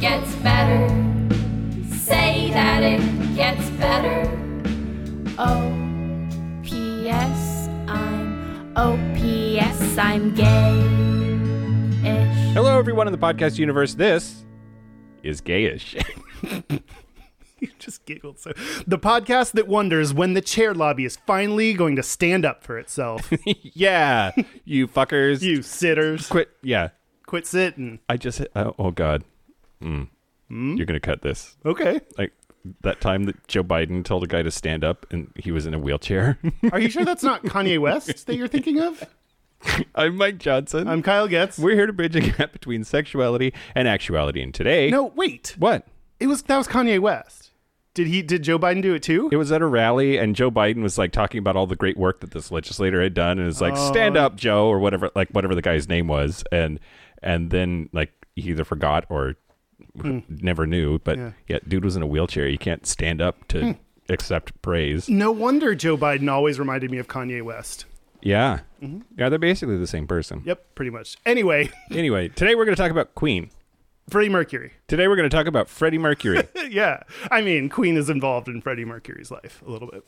gets better. Say that it gets better. Oh, P.S. I'm, oh, P.S. I'm gay ish. Hello, everyone in the podcast universe. This is gayish. You just giggled. So the podcast that wonders when the chair lobby is finally going to stand up for itself. yeah, you fuckers. you sitters, quit. Yeah, quit sitting. I just. Oh, oh God. Hmm? Mm. You're gonna cut this. Okay. Like that time that Joe Biden told a guy to stand up and he was in a wheelchair. Are you sure that's not Kanye West that you're thinking of? I'm Mike Johnson. I'm Kyle Getz. We're here to bridge a gap between sexuality and actuality. And today, no, wait. what? It was that was Kanye West. Did he? Did Joe Biden do it too? It was at a rally, and Joe Biden was like talking about all the great work that this legislator had done, and it's like, Oh. "Stand up, Joe," or whatever, like whatever the guy's name was, and and then like he either forgot or Hmm. never knew, but yeah. dude was in a wheelchair. You can't stand up to Hmm. accept praise. no wonder Joe Biden always reminded me of Kanye West. Yeah, Mm-hmm. yeah, they're basically the same person. Yep, pretty much. Anyway, Anyway, today we're going to talk about Queen. Freddie Mercury. Today we're going to talk about Freddie Mercury, yeah, I mean, Queen is involved in Freddie Mercury's life a little bit.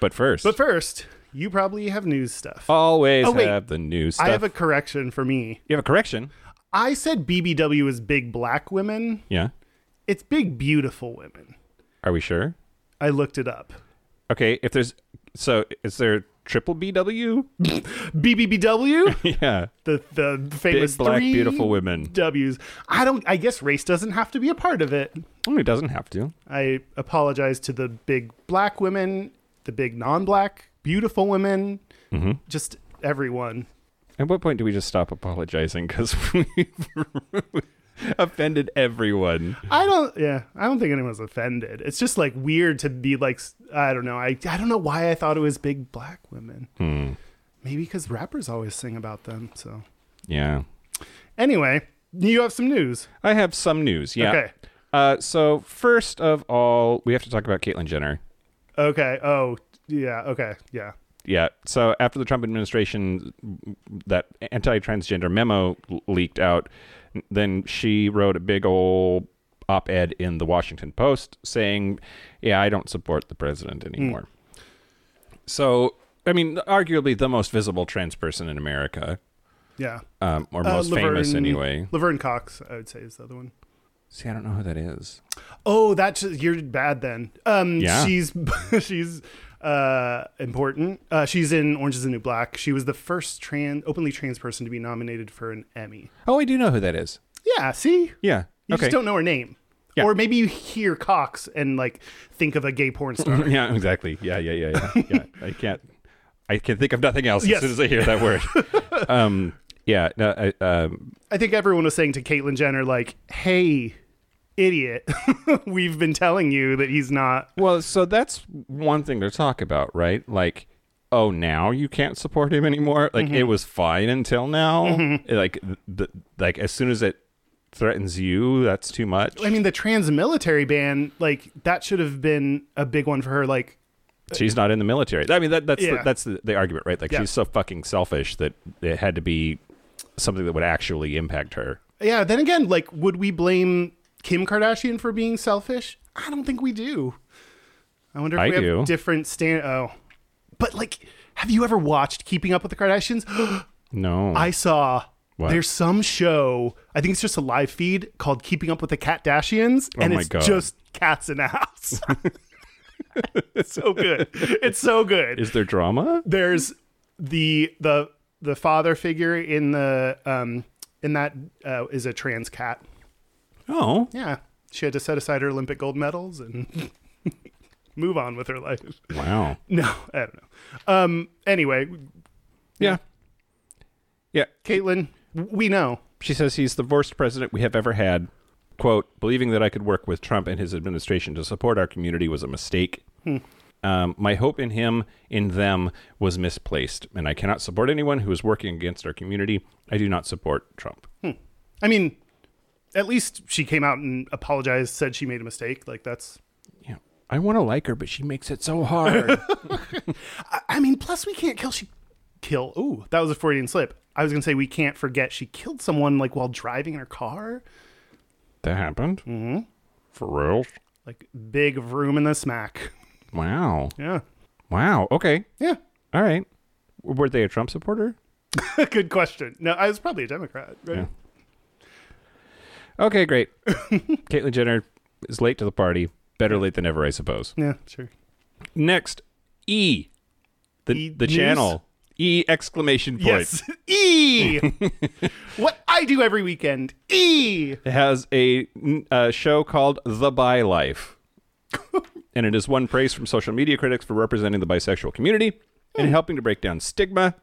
but first, But first, you probably have news stuff. always Oh, wait. have the new stuff. I have a correction for me. you have a correction. I said BBW is big black women. Yeah, It's big beautiful women. are we sure? I looked it up. Okay, if there's so is there triple BW? BBBW, yeah. the the Big famous black three beautiful women. W's. I don't. I guess race doesn't have to be a part of it. Well, it doesn't have to. I apologize to the big black women, the big non-black beautiful women, Mm-hmm. just everyone. At what point do we just stop apologizing because we've offended everyone? I don't. Yeah, I don't think anyone's offended. It's just like weird to be like. s- I don't know. I I don't know why I thought it was big black women. Hmm. Maybe because rappers always sing about them. So Yeah. anyway, you have some news. I have some news. Yeah. Okay. Uh, so first of all, we have to talk about Caitlyn Jenner. Okay. Oh yeah. Okay. Yeah. Yeah. So after the Trump administration, that anti-transgender memo l- leaked out, then she wrote a big old op-ed in the Washington Post saying, "Yeah, I don't support the president Hmm. anymore." So, I mean, arguably the most visible trans person in America, Yeah. um, or Uh, most famous anyway. Laverne Cox, I would say, is the other one. See, I don't know who that is. Oh, that's you're bad then. Um, Yeah. she's she's uh important. Uh, she's in Orange Is the New Black. She was the first trans, openly trans person to be nominated for an Emmy. Oh, I do know who that is. Yeah. See. Yeah. You okay. just don't know her name. Yeah. Or maybe you hear Cox and like think of a gay porn star. Yeah, exactly. Yeah, yeah, yeah, yeah. yeah. I can't. I can think of nothing else as Yes. soon as I hear that word. um, yeah. No, I, um, I think everyone was saying to Caitlyn Jenner, like, hey, idiot, we've been telling you that he's not. well, so that's one thing to talk about, right? Like, oh, now you can't support him anymore. Mm-hmm. Like, it was fine until now. Like, the, like as soon as it threatens you, that's too much. I mean, the trans military ban, like, that should have been a big one for her. Like, She's not in the military. I mean, that, that's the, Yeah. that's the, the argument, right? Like, Yeah. she's so fucking selfish that it had to be something that would actually impact her. yeah, then again, like, would we blame Kim Kardashian for being selfish? I don't think we do. I wonder if I we do. have different stand. Oh, but like, have you ever watched Keeping Up with the Kardashians? No, I saw What? there's some show. I think it's just a live feed called "Keeping Up with the Kardashians," and Oh my it's God. just cats in a house. it's so good. It's so good. is there drama? There's the the the father figure in the um in that uh, is a trans cat. Oh, Yeah, she had to set aside her Olympic gold medals and move on with her life. wow. No, I don't know. Um. Anyway, Yeah. Yeah. Caitlin, we know. She says he's the worst president we have ever had. Quote, believing that I could work with Trump and his administration to support our community was a mistake. Um, my hope in him, in them, was misplaced, and I cannot support anyone who is working against our community. I do not support Trump. I mean, at least she came out and apologized, said she made a mistake. Like that's. Yeah. I want to like her, but she makes it so hard. I, I mean, plus we can't kill. She kill. Ooh, that was a Freudian slip. I was gonna say we can't forget she killed someone like while driving in her car. That happened? Mm-hmm. For real? Like big room in the smack. Wow. Yeah. Wow. Okay. Yeah. All right. Were they a Trump supporter? Good question. No, I was probably a Democrat, right? Yeah. Okay, great. Caitlyn Jenner is late to the party. Better late than never, I suppose. Yeah, sure. Next, E. The, E the news? channel. E exclamation point. Yes. E. what I do every weekend. E. It has a, n- a show called The Bi Life. and it is one praise from social media critics for representing the bisexual community and helping to break down stigma.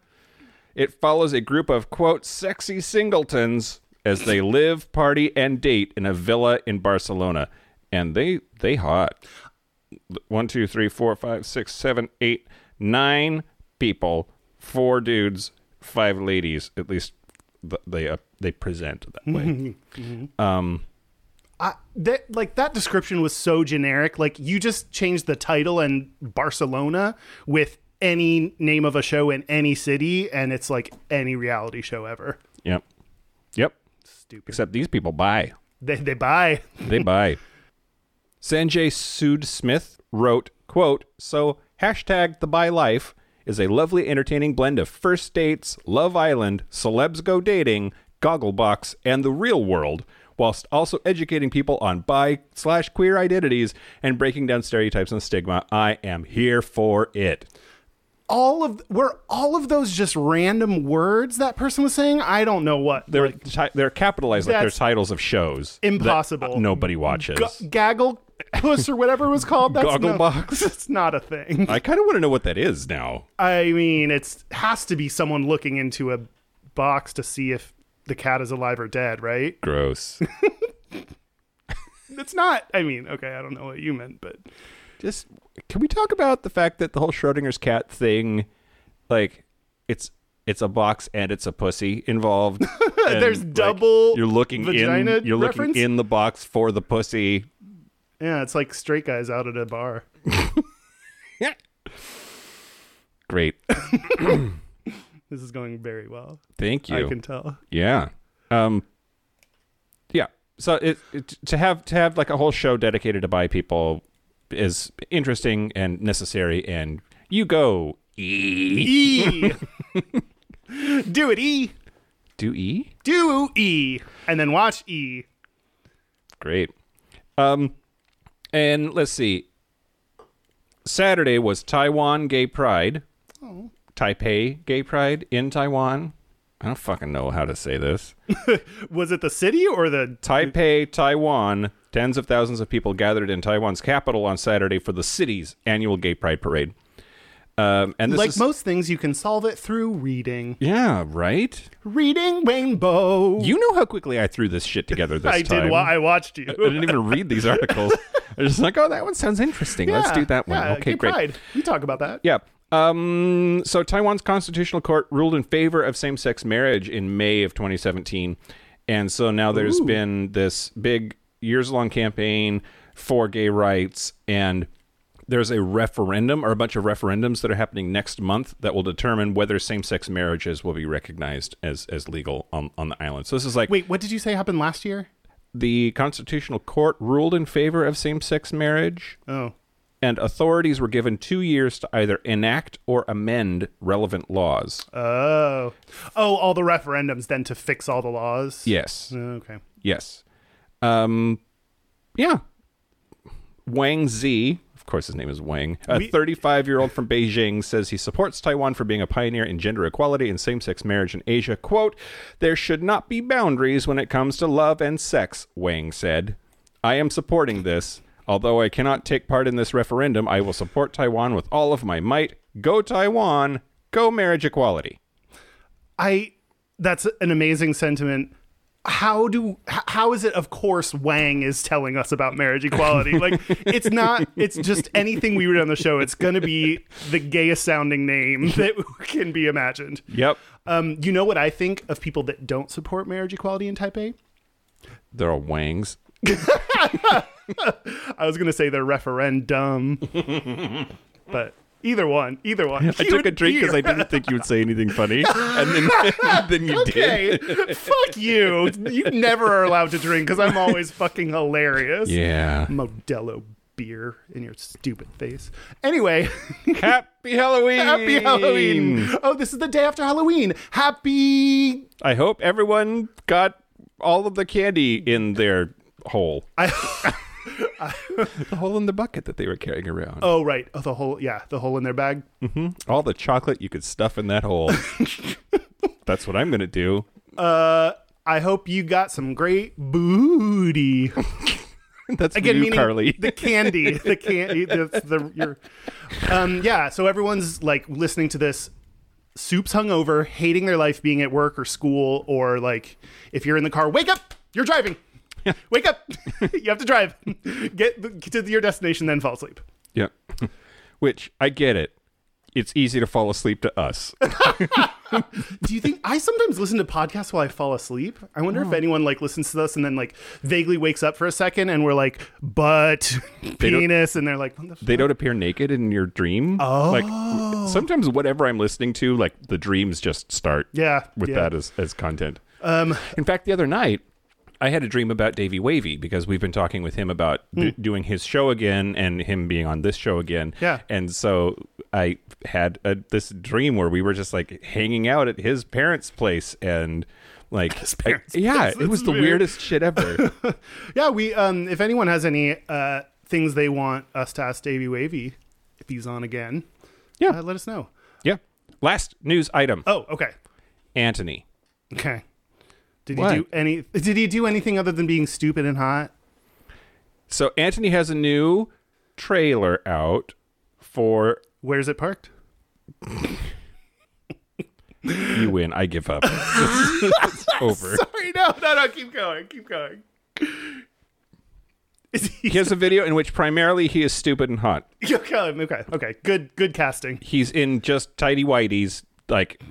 It follows a group of, quote, sexy singletons as they live, party, and date in a villa in Barcelona. And they they hot. One, two, three, four, five, six, seven, eight, nine people, four dudes, five ladies. At least th- they uh, they present that way. Um, I, that like that description was so generic. Like you just changed the title and Barcelona with any name of a show in any city, and it's like any reality show ever. Yep. Yep. Stupid. Except these people buy. they they buy. They buy. Sanjay Sood Smith wrote, quote, So hashtag the buy life is a lovely entertaining blend of first dates, love island, celebs go dating, gogglebox, and the real world, whilst also educating people on bi slash queer identities and breaking down stereotypes and stigma. I am here for it. All of were all of those just random words that person was saying. I don't know what. They're like, ti- they're capitalized like they're That's titles of shows. that impossible. nobody watches. G- gaggle puss or whatever it was called. That's no- Gogglebox. That's not a thing. I kind of want to know what that is now. I mean, it's has to be someone looking into a box to see if the cat is alive or dead, right? Gross. It's not. I mean, okay, I don't know what you meant, but Just can we talk about the fact that the whole Schrodinger's cat thing, like, it's it's a box and it's a pussy involved. and, There's like, double You're looking vagina in. You're reference? looking in the box for the pussy. yeah, it's like straight guys out at a bar. Great. This is going very well. Thank you. I can tell. Yeah. Um Yeah. So it, it to have to have like a whole show dedicated to bi people is interesting and necessary and you go E E. Do it, E. do E? Do E. And then watch E. Great. Um and let's see. Saturday was Taiwan Gay Pride. Taipei Gay Pride in Taiwan. I don't fucking know how to say this. Was it the city or the. Taipei, Taiwan. Tens of thousands of people gathered in Taiwan's capital on Saturday for the city's annual Gay Pride Parade. Um, and this like is, most things, you can solve it through reading. yeah, right. Reading Rainbow. You know how quickly I threw this shit together this I time. Uh, did. Wa- I watched I you. didn't even read these articles. I was just like, oh, that one sounds interesting. Let's Yeah, do that one. yeah, okay, Gay great. Pride. We talk about that. Yeah. Um, so Taiwan's constitutional court ruled in favor of same-sex marriage in May of 2017, and so now there's been this big years-long campaign for gay rights, and there's a referendum or a bunch of referendums that are happening next month that will determine whether same-sex marriages will be recognized as as legal on on the island. So this is like Wait, what did you say happened last year? the constitutional court ruled in favor of same-sex marriage Oh. and authorities were given two years to either enact or amend relevant laws. Oh. Oh, all the referendums then to fix all the laws? yes. Okay. Yes. Um, yeah. Wang Zi, of course his name is Wang, a We- 35 year old from Beijing, says he supports Taiwan for being a pioneer in gender equality and same sex marriage in Asia. Quote, There should not be boundaries when it comes to love and sex, Wang said. I am supporting this. Although I cannot take part in this referendum, I will support Taiwan with all of my might. Go Taiwan! Go marriage equality! I that's an amazing sentiment. How do h- how is it of course Wang is telling us about marriage equality? Like it's not it's just anything we read on the show. It's going to be the gayest sounding name that can be imagined. Yep. Um you know what I think of people that don't support marriage equality in Taipei? They're all Wangs. I was going to say they're referendum. but Either one. Either one. I took a drink because I didn't think you would say anything funny, and then then you did. Okay. Fuck you. You never are allowed to drink because I'm always fucking hilarious. Yeah. Modelo beer in your stupid face. Anyway, Happy Halloween. happy Halloween. Oh, this is the day after Halloween. Happy. I hope everyone got all of the candy in their hole. I... The hole in the bucket that they were carrying around. Oh, right. Oh, the hole. Yeah, the hole in their bag. All the chocolate you could stuff in that hole. That's what I'm going to do. Uh, I hope you got some great booty. That's Again, Again, you, meaning Carly. the candy, the candy. That's the your. Um, yeah. So everyone's like listening to this. Soup's hungover, hating their life being at work or school, or like if you're in the car, wake up! You're driving. Wake up! you have to drive. Get, get to your destination, then fall asleep. yeah. Which I get it. It's easy to fall asleep to us. Do you think I sometimes listen to podcasts while I fall asleep? I wonder if anyone like listens to this and then like vaguely wakes up for a second and we're like, but don't- penis, and they're like, what the They don't appear naked in your dream. Oh. Like sometimes whatever I'm listening to, like the dreams just start. Yeah, With yeah. that as, as content. Um in fact the other night I had a dream about Davey Wavy because we've been talking with him about d- doing his show again and him being on this show again. Hmm. Yeah. And so I had a, this dream where we were just like hanging out at his parents' place and like I- parents' yeah, place, it was that's the weird. weirdest shit ever. Yeah, we um if anyone has any uh things they want us to ask Davey Wavy if he's on again, Yeah. uh, let us know. yeah. Last news item. Oh, okay. Anthony. Okay. Did What? he do any did he do anything other than being stupid and hot? So Anthony has a new trailer out for Where is it parked? You Win, I Give Up. it's over. Sorry, no, no, no, keep going, keep going. Is he He has a video in which primarily he is stupid and hot. okay, okay, okay. Good good casting. He's in just tidy whities, like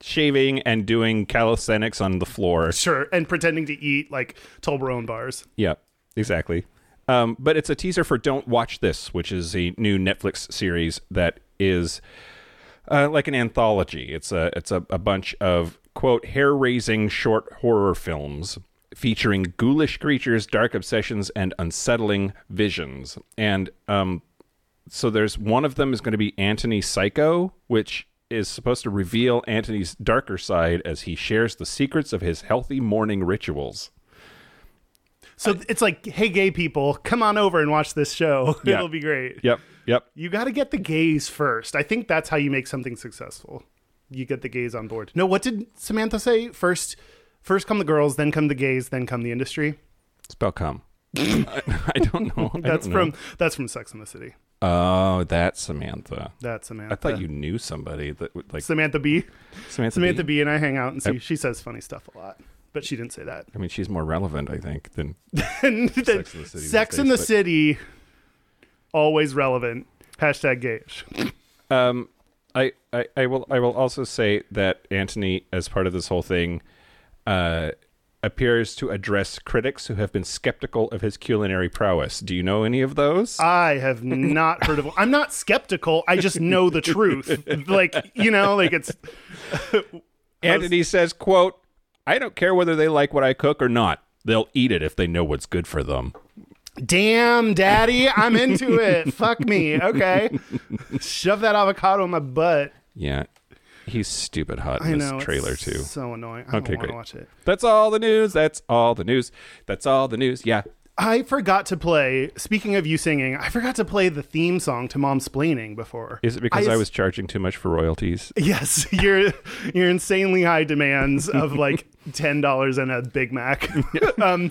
shaving and doing calisthenics on the floor. Sure. And pretending to eat like Toblerone bars. Yeah, exactly. Um, but it's a teaser for Don't Watch This, which is a new Netflix series that is uh, like an anthology. It's a it's a, a bunch of quote hair raising short horror films featuring ghoulish creatures, dark obsessions, and unsettling visions. And um, so there's one of them is going to be Antony Psycho, which is supposed to reveal Antony's darker side as he shares the secrets of his healthy morning rituals. So it's like, hey gay people, come on over and watch this show. Yeah. It'll be great. Yep, yep. You got to get the gays first. I think that's how you make something successful. You get the gays on board. No, what did Samantha say? First, first come the girls, then come the gays, then come the industry. Spell come. I, I don't know. I That's don't from know. that's from Sex in the City. Oh, that's Samantha. That's I Samantha. thought you knew somebody that would, like Samantha B. Samantha. Samantha Bee. B. and I hang out and see. she says funny stuff a lot, but she didn't say that. I mean, she's more relevant, I think, than and then Sex in the City Sex these in the days, but- City, always relevant. Hashtag gayish. Um, I, I, I will I will also say that Antony, as part of this whole thing, uh, appears to address critics who have been skeptical of his culinary prowess. Do you know any of those? I have not heard of. I'm not skeptical. I just know the truth. Like you know, like it's Antony says, "quote I don't care whether they like what I cook or not. They'll eat it if they know what's good for them." damn, daddy, I'm into it. Fuck me, okay. Shove that avocado in my butt. Yeah, he's stupid hot in I this know. it's trailer too. So annoying. I Okay, don't want great. to watch it. That's all the news. That's all the news. That's all the news. Yeah. I forgot to play. Speaking of you singing, I forgot to play the theme song to Mom's Splaining before. Is it because I, as- was charging too much for royalties? Yes, your your insanely high demands of like ten dollars and a Big Mac. um,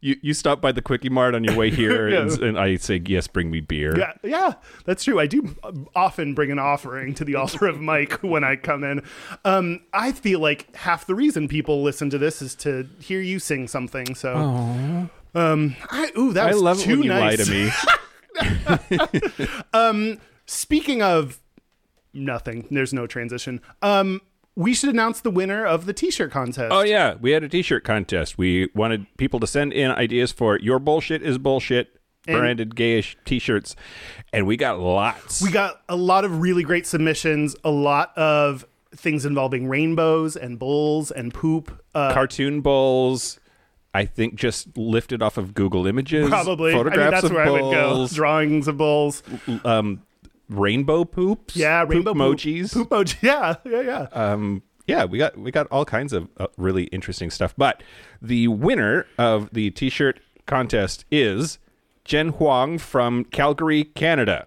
you you stop by the quickie mart on your way here, Yeah. and, and I say yes, bring me beer. yeah, yeah, that's true. I do uh, often bring an offering to the altar of Mike when I come in. Um, I feel like half the reason people listen to this is to hear you sing something. So, um, I ooh, that I was love it too when you nice. lie to me. Speaking of nothing, there's no transition. Um, we should announce the winner of the T-shirt contest. oh yeah, we had a T-shirt contest. We wanted people to send in ideas for your bullshit is bullshit And- branded gayish t-shirts, and we got lots. We got a lot of really great submissions, a lot of things involving rainbows and bulls and poop. Uh, cartoon bulls. I think just lifted off of Google Images. probably. I mean, photographs that's of where bulls, I would go. Drawings of bulls. um, rainbow poops. Yeah, rainbow poop- emojis. Poop emojis. Yeah, yeah, yeah. Um, yeah, we got we got all kinds of uh, really interesting stuff. But the winner of the t-shirt contest is Jen Huang from Calgary, Canada.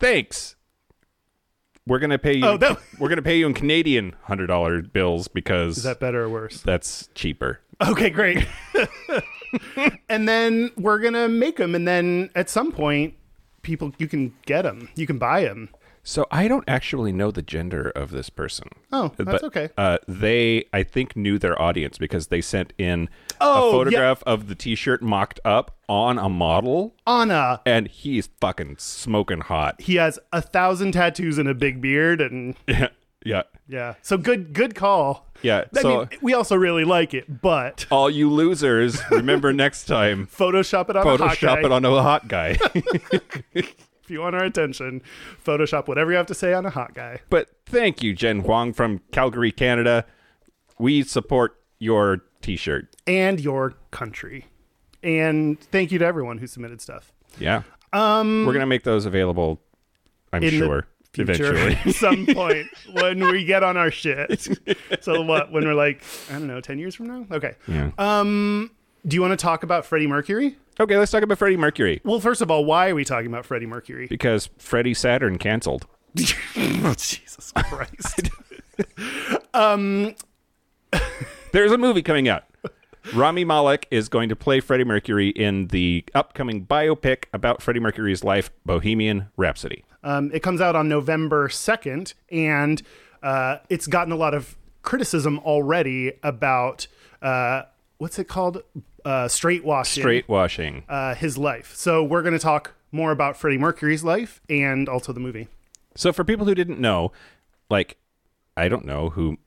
Thanks. We're gonna pay you. Oh, that- We're gonna pay you in Canadian hundred dollar bills because Is that better or worse? that's cheaper. Okay, great. and then we're gonna make them, and then at some point, people you can get them, you can buy them. So I don't actually know the gender of this person. Oh, that's okay. Uh, they, I think, knew their audience because they sent in Oh, a yeah. photograph of the T-shirt mocked up on a model, Anna, and he's fucking smoking hot. he has a thousand tattoos and a big beard, and yeah, yeah, so good, good call. yeah. I so mean, we also really like it, but all you losers, remember next time, Photoshop it on a hot guy Photoshop it on a hot guy. if you want our attention. Photoshop whatever you have to say on a hot guy. but thank you, Jen Huang from Calgary, Canada. We support your T-shirt. and your country. And thank you to everyone who submitted stuff. Yeah. Um, we're gonna make those available. I'm in the sure. future Eventually. at some point when we get on our shit. So what? When we're like, I don't know, ten years from now? Okay. Yeah. Um, do you want to talk about Freddie Mercury? okay, let's talk about Freddie Mercury Well, first of all, why are we talking about Freddie Mercury? because Freddie Saturn canceled. Oh, Jesus Christ! There's a movie coming out. Rami Malek is going to play Freddie Mercury in the upcoming biopic about Freddie Mercury's life, Bohemian Rhapsody. um, it comes out on November second, and uh, it's gotten a lot of criticism already about uh, what's it called? Uh, straight washing. Straight washing. uh, his life. So we're going to talk more about Freddie Mercury's life and also the movie. So for people who didn't know, like I don't know who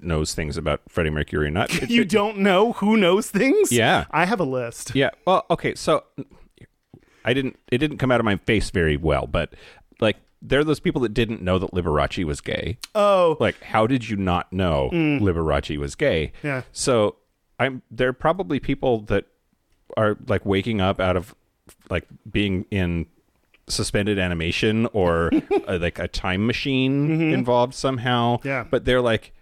knows things about Freddie Mercury or not. You don't know who knows things? Yeah. I have a list. Yeah. Well, okay. So I didn't. It didn't come out of my face very well, but like there are those people that didn't know that Liberace was gay. Oh, Like, how did you not know Liberace was gay? Mm. Yeah. So I'm. There are probably people that are like waking up out of like being in suspended animation or uh, like a time machine involved somehow. Mm-hmm. Yeah. But they're like,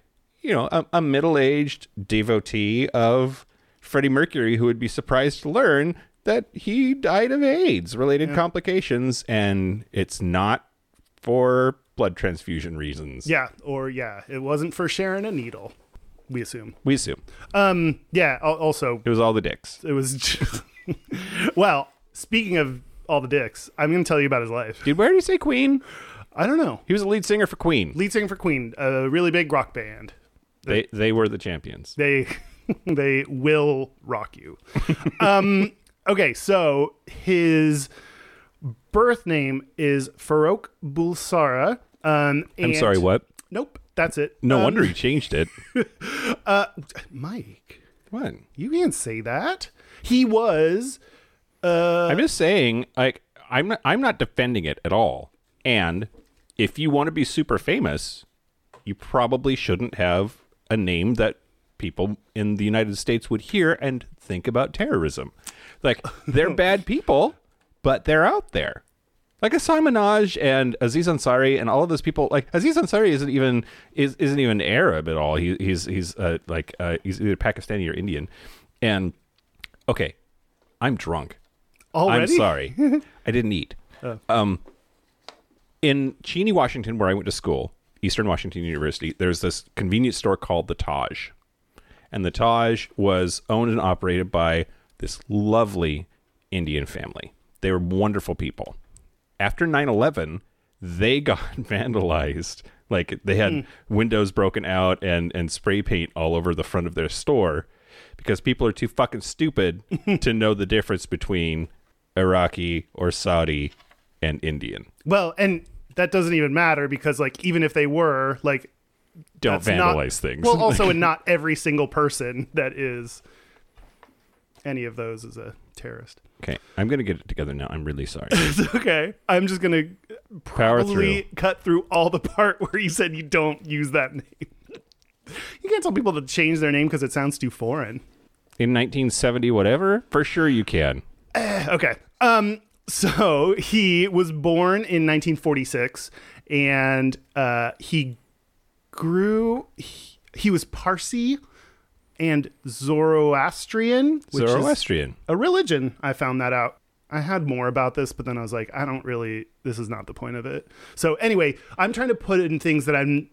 you know, a, a middle aged devotee of Freddie Mercury who would be surprised to learn that he died of AIDS related complications and it's not for blood transfusion reasons. yeah. Or, yeah, it wasn't for sharing a needle, we assume. We assume. Um, yeah, al- also, It was all the dicks. it was. well, speaking of all the dicks, I'm going to tell you about his life. Did we already say Queen? I don't know. He was a lead singer for Queen. Lead singer for Queen, a really big rock band. They they were the champions. they they will rock you. um, okay, so his birth name is Farouk Bulsara. Um, I'm and- sorry, what? Nope, that's it. No Um, wonder he changed it. Mike, what? you can't say that. He was. Uh, I'm just saying, like, I'm not, I'm not defending it at all. And if you want to be super famous, you probably shouldn't have a name that people in the United States would hear and think about terrorism. Like, they're bad people, but they're out there. Like Asai Minaj and Aziz Ansari and all of those people. Like Aziz Ansari isn't even is, isn't even Arab at all. He, he's he's uh, like uh, he's either Pakistani or Indian. And okay, I'm drunk. already. I'm sorry. I didn't eat. Um, in Cheney, Washington, where I went to school, Eastern Washington University, there's this convenience store called the Taj. And the Taj was owned and operated by this lovely Indian family. They were wonderful people. After 9 11, they got vandalized. Like they had Hmm. windows broken out and, and spray paint all over the front of their store because people are too fucking stupid to know the difference between Iraqi or Saudi and Indian. Well, and that doesn't even matter because, like, even if they were, like, Don't it's not- vandalize things. Well, also, and not every single person that is any of those as a terrorist. Okay, I'm gonna get it together now. I'm really sorry. It's okay. I'm just gonna Power probably through. cut through all the part where you said you don't use that name. You can't tell people to change their name because it sounds too foreign. In 1970, whatever, for sure you can. Okay. Um. So he was born in 1946, and uh, he grew. He, he was Parsi and Zoroastrian, which is Zoroastrian. a religion. I found that out. I had more about this, but then I was like, I don't really. This is not the point of it. So anyway, I'm trying to put in things that I'm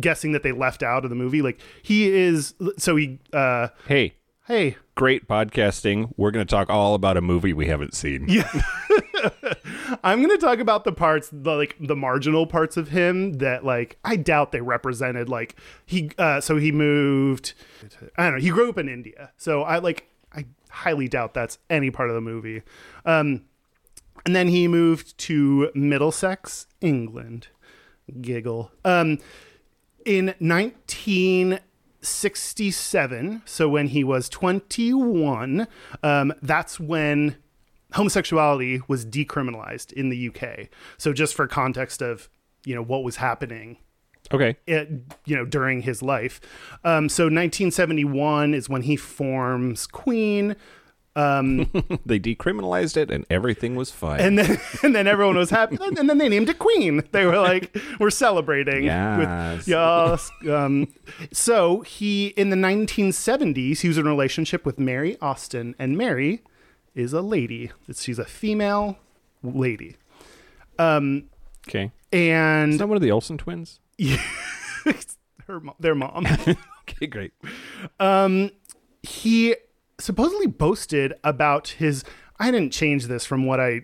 guessing that they left out of the movie. Like he is. So he. Uh, hey, hey, great podcasting. We're gonna talk all about a movie we haven't seen. I'm gonna talk about the parts, the like the marginal parts of him that like I doubt they represented. Like he, uh, so he moved. I don't know. He grew up in India, so I like I highly doubt that's any part of the movie. Um, and then he moved to Middlesex, England. Giggle. Um, in 1967, so when he was 21, um, that's when homosexuality was decriminalized in the UK. So just for context of you know what was happening Okay. it, you know during his life. Um, so 1971 is when he forms Queen. They decriminalized it and everything was fine. and then and then everyone was happy and then they named it queen they were like we're celebrating Yes. with yes um, so he in the 1970s he was in a relationship with mary austin and mary is a lady It's- she's a female lady Um, okay. Is and that one of the Olsen twins? her mo- their mom Okay, great. he supposedly boasted about his i didn't change this from what i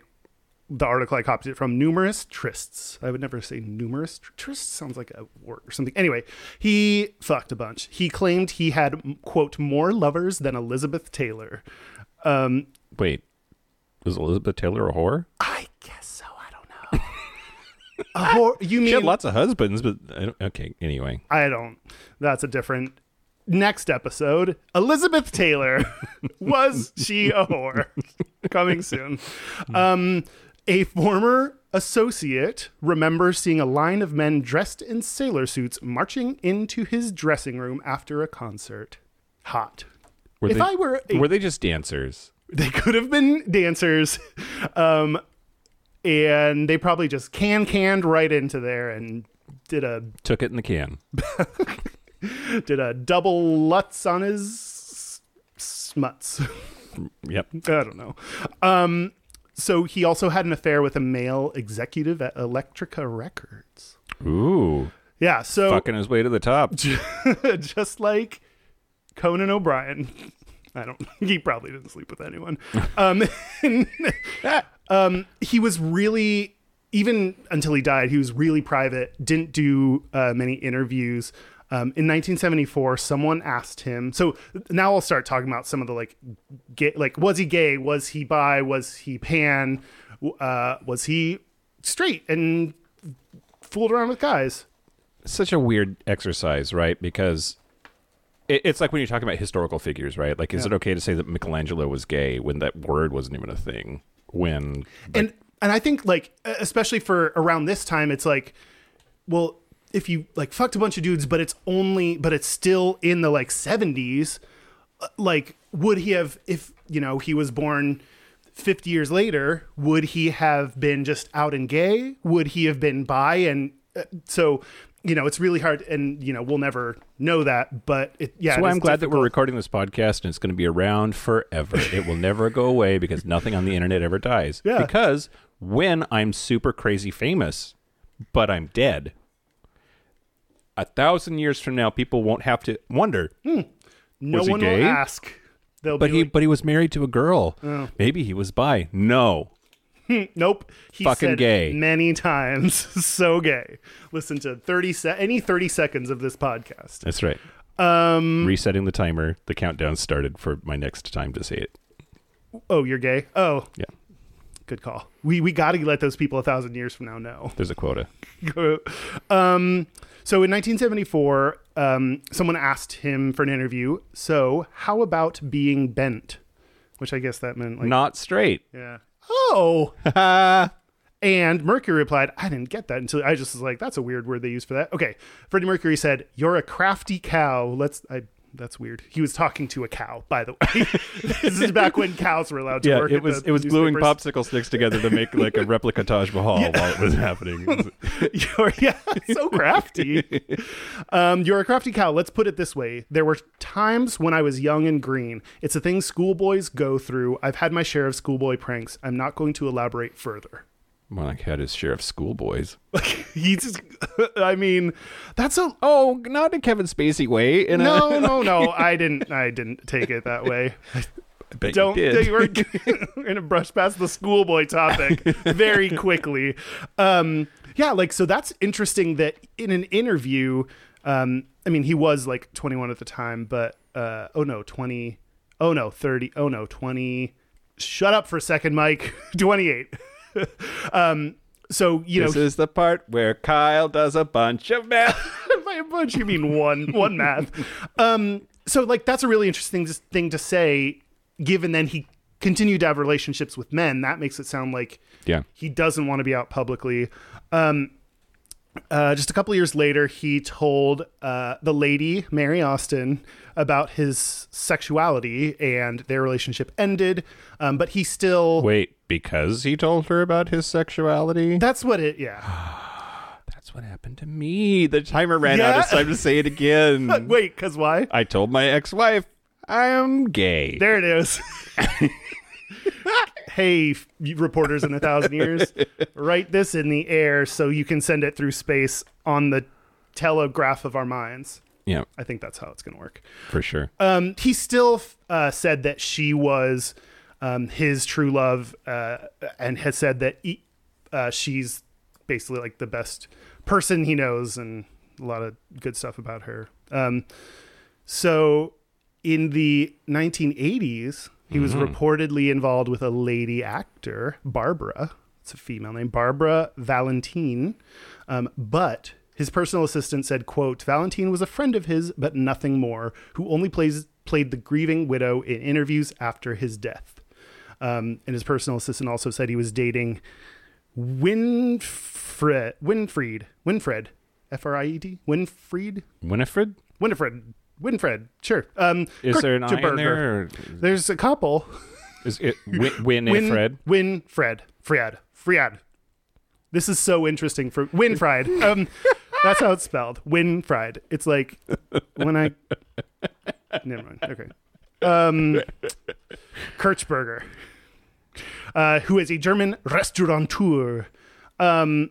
the article i copied it from numerous trysts i would never say numerous tr- trysts sounds like a word or something anyway he fucked a bunch he claimed he had m- quote more lovers than elizabeth taylor um Wait, was Elizabeth Taylor a whore? i guess so i don't know a whore, you mean She had lots of husbands, but I don't, okay. Anyway, I don't. That's a different. Next episode, Elizabeth Taylor. was she a whore? Coming soon. Um, a former associate remembers seeing a line of men dressed in sailor suits marching into his dressing room after a concert. Hot. were If they, I were a- were they just dancers? They could have been dancers. Um, and they probably just can canned right into there and did a Took it in the can. did a double lutz on his smuts. Yep. I don't know. Um, so he also had an affair with a male executive at Electrica Records. Ooh, Yeah, so fucking his way to the top. just like Conan O'Brien. I don't. He probably didn't sleep with anyone. Um, Ah! um, he was really, even until he died, he was really private. Didn't do uh, many interviews. Um, in 1974, someone asked him. So now I'll start talking about some of the like, gay, like was he gay? Was he bi? Was he pan? W- Uh, was he straight and fooled around with guys? such a weird exercise, right? Because it, it's like when you're talking about historical figures, right? Like, is it okay to say that Michelangelo was gay when that word wasn't even a thing? When and and I think like e, especially for around this time, it's like, well, if you like fucked a bunch of dudes, but it's only but it's still in the like seventies, uh, like would he have if you know he was born. 50 years later would he have been just out and gay would he have been bi and uh, so you know it's really hard and you know we'll never know that but it, yeah so it I'm is glad that we're recording this podcast and it's going to be around forever. it will never go away because nothing on the internet ever dies. Yeah. Because when I'm super crazy famous, but I'm dead, a thousand years from now, people won't have to wonder. no was he one gay? will ask they'll But Hmm. be he, like, but he was married to a girl. Maybe he was bi. No, Nope. He Fucking said gay. Many times. so gay. Listen to 30 se- any 30 seconds of this podcast. That's right. Um, Resetting the timer. The countdown started for my next time to say it. Oh, you're gay? Oh, Yeah, good call. We we got to let those people a thousand years from now know. there's a quota. um, so in 1974, um, someone asked him for an interview. So, how about being bent? which I guess that meant like Not straight. yeah. Oh. and Mercury replied, I didn't get that until I just was like, that's a weird word they use for that. Okay. Freddie Mercury said, You're a crafty cow. Let's I that's weird. He was talking to a cow, by the way. this is back when cows were allowed to Yeah, work. it at was the it was gluing newspapers. popsicle sticks together to make like a replica Taj Mahal while it was happening. You're, yeah, so crafty. um, you're a crafty cow. Let's put it this way. There were times when I was young and green. It's a thing schoolboys go through. I've had my share of schoolboy pranks. I'm not going to elaborate further. More like had his share of schoolboys. He's, I mean, that's a. Oh, not in Kevin Spacey way. In No, no, no. I didn't. I didn't take it that way. a, bet you don't did. think we're going to brush past the schoolboy topic very quickly. Um, yeah, like so that's interesting that in an interview, um, I mean he was like 21 at the time, but uh, oh no, 20, oh no, 30, oh no, 20. Shut up for a second, Mike. 28. um, so you know this is the part where Kyle does a bunch of math. by a bunch you mean one one math um so like that's a really interesting s- thing to say given then he continued to have relationships with men that makes it sound like Yeah. he doesn't want to be out publicly um uh, just a couple years later, he told uh, the lady, Mary Austin, about his sexuality and their relationship ended. Um, but he still. Wait, because he told her about his sexuality? That's what it. Yeah. That's what happened to me. The timer ran out. Yeah. It's time to say it again. Wait, because why? I told my ex-wife I am gay. There it is. hey, f- you reporters in a thousand years, write this in the air so you can send it through space on the telegraph of our minds. yeah, I think that's how it's going to work. for sure. Um, he still f- uh, said that she was um, his true love uh, and has said that e uh, she's basically like the best person he knows and a lot of good stuff about her. Um, so in the 1980s, he was reportedly involved with a lady actor, Barbara. It's a female name, Barbara Valentine. Um, but his personal assistant said, quote, Valentine was a friend of his, but nothing more, who only plays played the grieving widow in interviews after his death. Um, and his personal assistant also said he was dating Winfred, Winfried, Winfred, F R I E D, Winfried, Winifred? Winifred, Winfred, sure. Um, Is there an I in Kirchberger. there? Or There's a couple. is it Win- Winifred? Win, Winfred, Friad, Friad. This is so interesting for Winfried. Um, that's how it's spelled. Winfried. It's like when I. Never mind. Okay. Um, Kirchberger, uh, who is a German restaurateur. Um,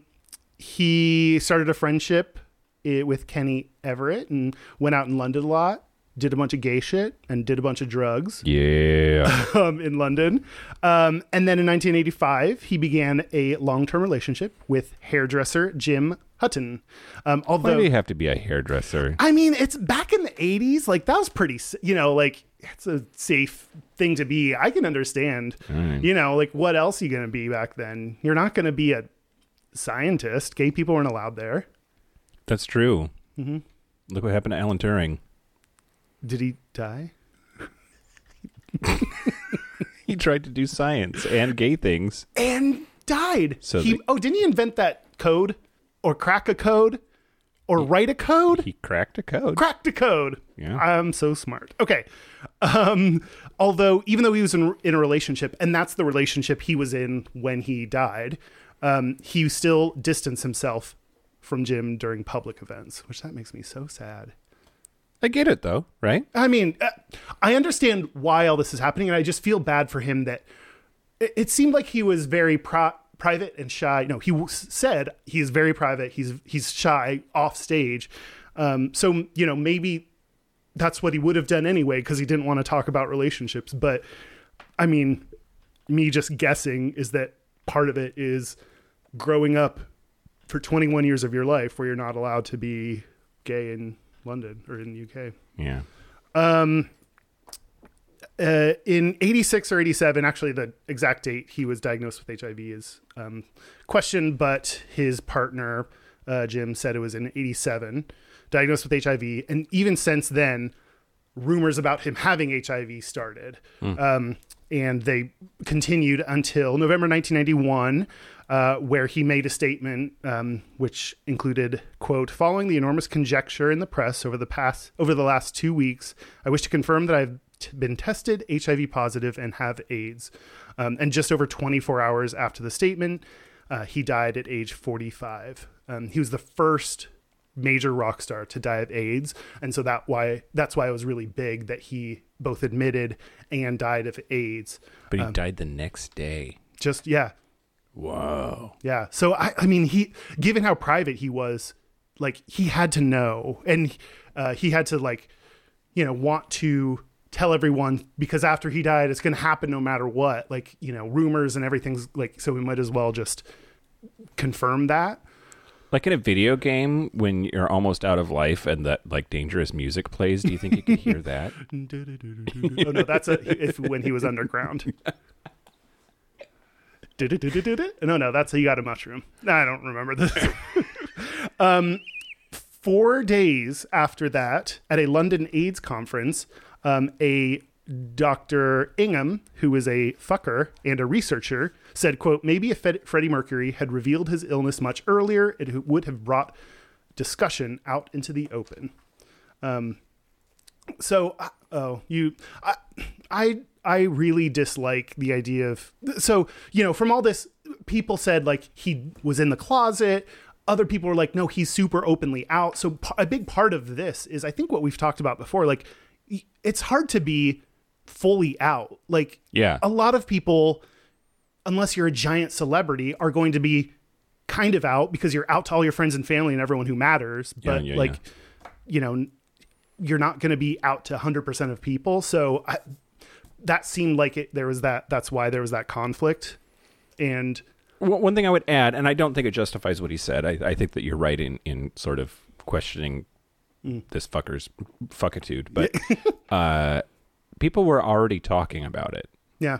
he started a friendship eh, with Kenny Everett and went out in London a lot, did a bunch of gay shit, and did a bunch of drugs yeah. um, in London. Um, and then in 1985, he began a long term relationship with hairdresser Jim Hutton. Um, Why although, do you have to be a hairdresser? I mean, it's back in the 80s. Like, that was pretty, s- you know, like, it's a safe thing to be. I can understand. You know, like, what else are you going to be back then? You're not going to be a scientist. Gay people weren't allowed there. That's true. Look what happened to Alan Turing. Did he die? He tried to do science and gay things. and died. So he they- oh, didn't he invent that code or crack a code or write a code? He cracked a code. Cracked a code. Yeah. I'm so smart. Okay. Um, although, even though he was in, in a relationship, and that's the relationship he was in when he died, um, he still distanced himself from Jim during public events, which that makes me so sad. I get it though, right? I mean, uh, I understand why all this is happening, and I just feel bad for him that it, it seemed like he was very pro- private and shy. No, he w- said he is very private. He's he's shy off stage. Um, so you know maybe that's what he would have done anyway because he didn't want to talk about relationships. But I mean, me just guessing is that part of it is growing up for 21 years of your life where you're not allowed to be gay in London or in the UK Yeah. uh, in 86 or 87, actually the exact date he was diagnosed with HIV is um, questioned, but his partner, uh, Jim, said it was in 87, diagnosed with HIV. And even since then, rumors about him having HIV started. Um, and they continued until November 1991, uh, where he made a statement um, which included, "quote Following the enormous conjecture in the press over the past over the last two weeks, I wish to confirm that I've t- been tested HIV positive and have AIDS." Um, and just over 24 hours after the statement, uh, he died at age 45. Um, he was the first major rock star to die of AIDS, and so that why that's why it was really big that he both admitted and died of AIDS. But he died the next day. Just yeah, Whoa. yeah. So I, I mean, he given how private he was, like he had to know, and uh, he had to like, you know, want to tell everyone because after he died, it's going to happen no matter what. Like you know, rumors and everything's like, so we might as well just confirm that. Like in a video game when you're almost out of life and that like dangerous music plays, do you think you could hear that? oh no, that's a, if when he was underground. no, no, that's how you got a mushroom. I don't remember this. um, four days after that, at a London AIDS conference, um, a Dr. Ingham, who is a fucker and a researcher, said, "quote Maybe if Fed- Freddie Mercury had revealed his illness much earlier, it would have brought discussion out into the open." so uh, oh you I, I i really dislike the idea of so you know from all this people said like he was in the closet other people were like no he's super openly out so p- a big part of this is i think what we've talked about before like y- it's hard to be fully out like Yeah. a lot of people unless you're a giant celebrity are going to be kind of out because you're out to all your friends and family and everyone who matters but yeah, like you know you're not going to be out to 100% of people so I, that seemed like it there was that that's why there was that conflict and One one thing I would add, and I don't think it justifies what he said. I, I think that you're right in in sort of questioning Mm. this fucker's fuckitude, but uh, people were already talking about it. yeah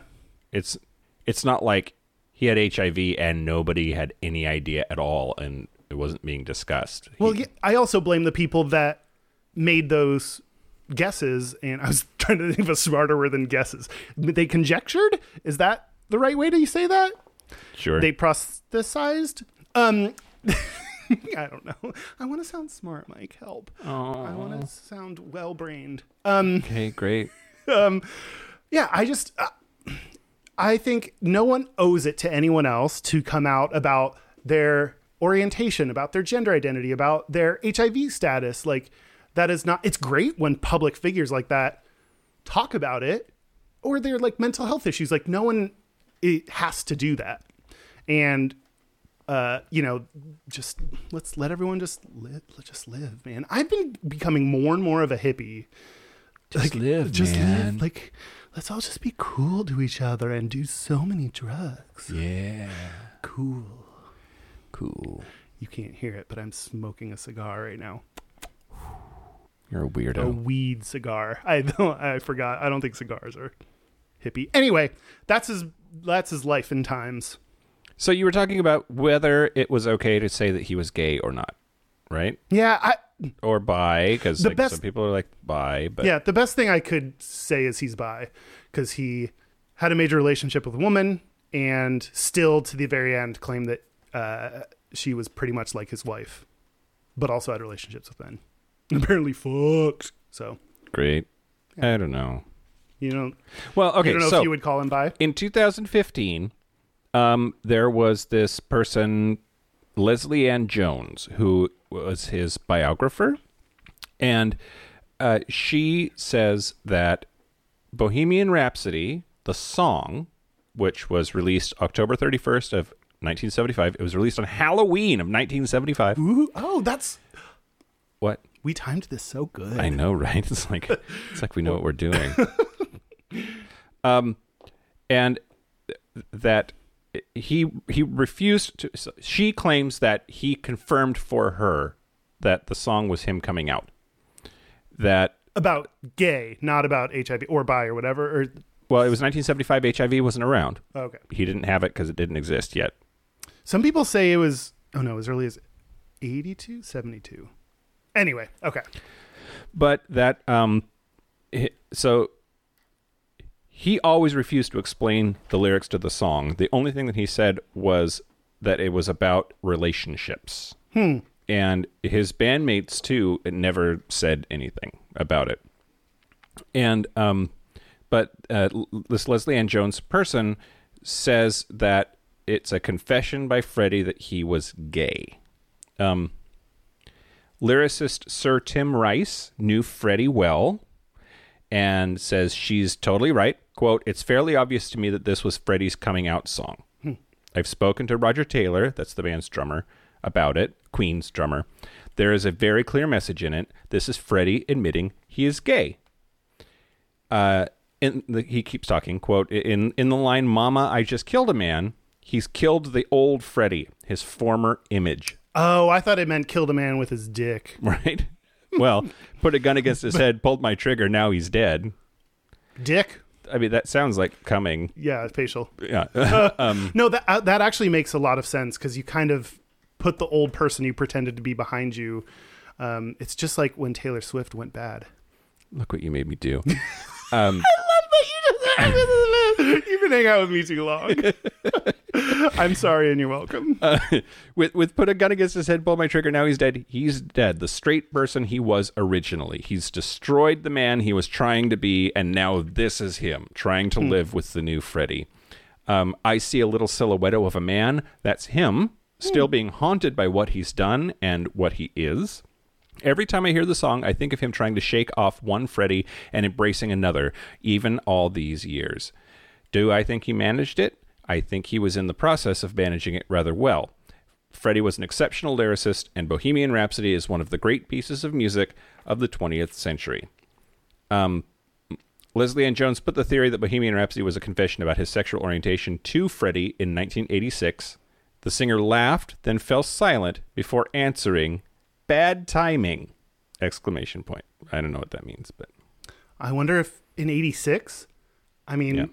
It's it's not like he had HIV and nobody had any idea at all, and it wasn't being discussed. well yeah, i also blame the people that made those guesses and i was trying to think of a smarter word than guesses they conjectured is that the right way to say that sure, they prosthesized um i don't know i want to sound smart mike help i want to sound well brained okay, great. yeah i just uh, i think no one owes it to anyone else to come out about their orientation about their gender identity about their hiv status like that is not it's great when public figures like that talk about it or their like mental health issues like no one it has to do that and uh, you know, just let's let everyone just live, let just live, man. I've been becoming more and more of a hippie Just live, just man. live like let's all just be cool to each other and do so many drugs yeah, cool cool. you can't hear it but i'm smoking a cigar right now You're a a weirdo. weed cigar i don't i forgot i don't think cigars are hippie anyway that's his that's his life and times So you were talking about whether it was okay to say that he was gay or not, right? yeah i Or bi, because The like, best- some people are like bi, but yeah the best thing i could say is he's bi because he had a major relationship with a woman and still to the very end claimed that uh, she was pretty much like his wife but also had relationships with men apparently fucked so Great. I don't know. you don't, Well, you okay. don't know So if you would call him bi in 2015, um, there was this person, Leslie Ann Jones, who was his biographer, and uh, she says that Bohemian Rhapsody, the song, which was released October 31st of 1975, it was released on Halloween of 1975. Ooh, oh that's What? we timed this so good I know, right? It's like it's like we know what we're doing. um, and th- that he he refused to. so She claims that he confirmed for her that the song was him coming out. That about gay not about hiv or bi or whatever or well, it was 1975. HIV wasn't around. okay He didn't have it because it didn't exist yet. some people say it was oh no as early as 82 72 anyway okay but that um hi- so he always refused to explain the lyrics to the song. The only thing that he said was that it was about relationships. Hmm. And his bandmates too never said anything about it. And um, but uh, l- this Leslie Ann Jones person says that it's a confession by Freddie that he was gay. Um, lyricist Sir Tim Rice knew Freddie well and says she's totally right. Quote, it's fairly obvious to me that this was Freddie's coming out song. I've spoken to Roger Taylor, that's the band's drummer, about it, Queen's drummer. There is a very clear message in it. This is Freddie admitting he is gay. Uh, in the, he keeps talking, quote, in, in the line, Mama, I just killed a man, he's killed the old Freddie, his former image, Oh, I thought it meant killed a man with his dick. right? Well, put a gun against his head, pulled my trigger, now he's dead. Dick? I mean, that sounds like coming. Yeah, facial. Yeah. No, that uh, that actually makes a lot of sense because you kind of put the old person you pretended to be behind you. Um, it's just like when Taylor Swift went bad. Look what you made me do. You've been hanging out with me too long. I'm sorry, and you're welcome. with with put a gun against his head, pull my trigger. Now he's dead. He's dead. The straight person he was originally. He's destroyed the man he was trying to be, and now this is him trying to live with the new Freddy. Um, I see a little silhouette of a man. That's him still being haunted by what he's done and what he is. Every time I hear the song, I think of him trying to shake off one Freddy and embracing another, even all these years. Do I think he managed it? I think he was in the process of managing it rather well. Freddie was an exceptional lyricist, and Bohemian Rhapsody is one of the great pieces of music of the 20th century. Um, Leslie Ann Jones put the theory that Bohemian Rhapsody was a confession about his sexual orientation to Freddie in 1986. The singer laughed, then fell silent before answering, "Bad timing!" Exclamation point. I don't know what that means, but I wonder if in '86, I mean, Yeah.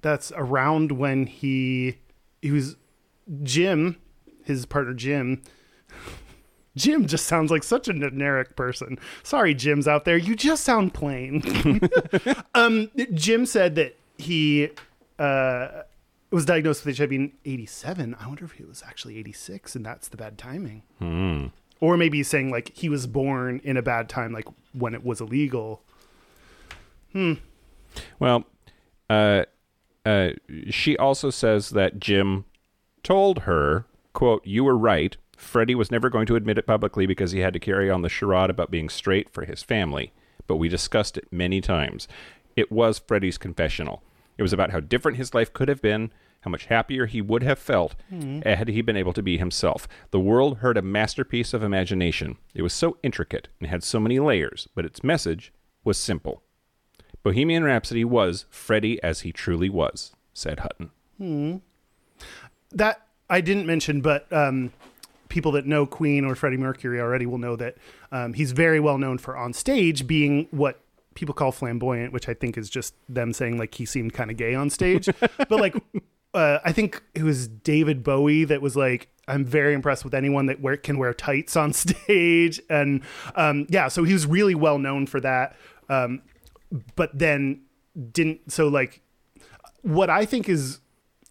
that's around when he he was Jim, his partner Jim. Jim just sounds like such a generic person. Sorry, Jim's out there. You just sound plain. um, Jim said that he uh, was diagnosed with HIV in 87. I wonder if he was actually 86 and that's the bad timing. Or maybe he's saying like he was born in a bad time, like when it was illegal. Well, uh, uh, she also says that Jim told her, "quote You were right. Freddie was never going to admit it publicly because he had to carry on the charade about being straight for his family. But we discussed it many times. It was Freddie's confessional. It was about how different his life could have been." How much happier he would have felt had he been able to be himself. The world heard a masterpiece of imagination. It was so intricate and had so many layers, but its message was simple. Bohemian Rhapsody was Freddie as he truly was, said Hutton. that I didn't mention, but um, people that know Queen or Freddie Mercury already will know that um, he's very well known for on stage being what people call flamboyant, which I think is just them saying like he seemed kind of gay on stage. but like, uh, I think it was David Bowie that was like, I'm very impressed with anyone that wear, can wear tights on stage, and um, yeah, so he was really well known for that. Um, but then didn't so like what I think is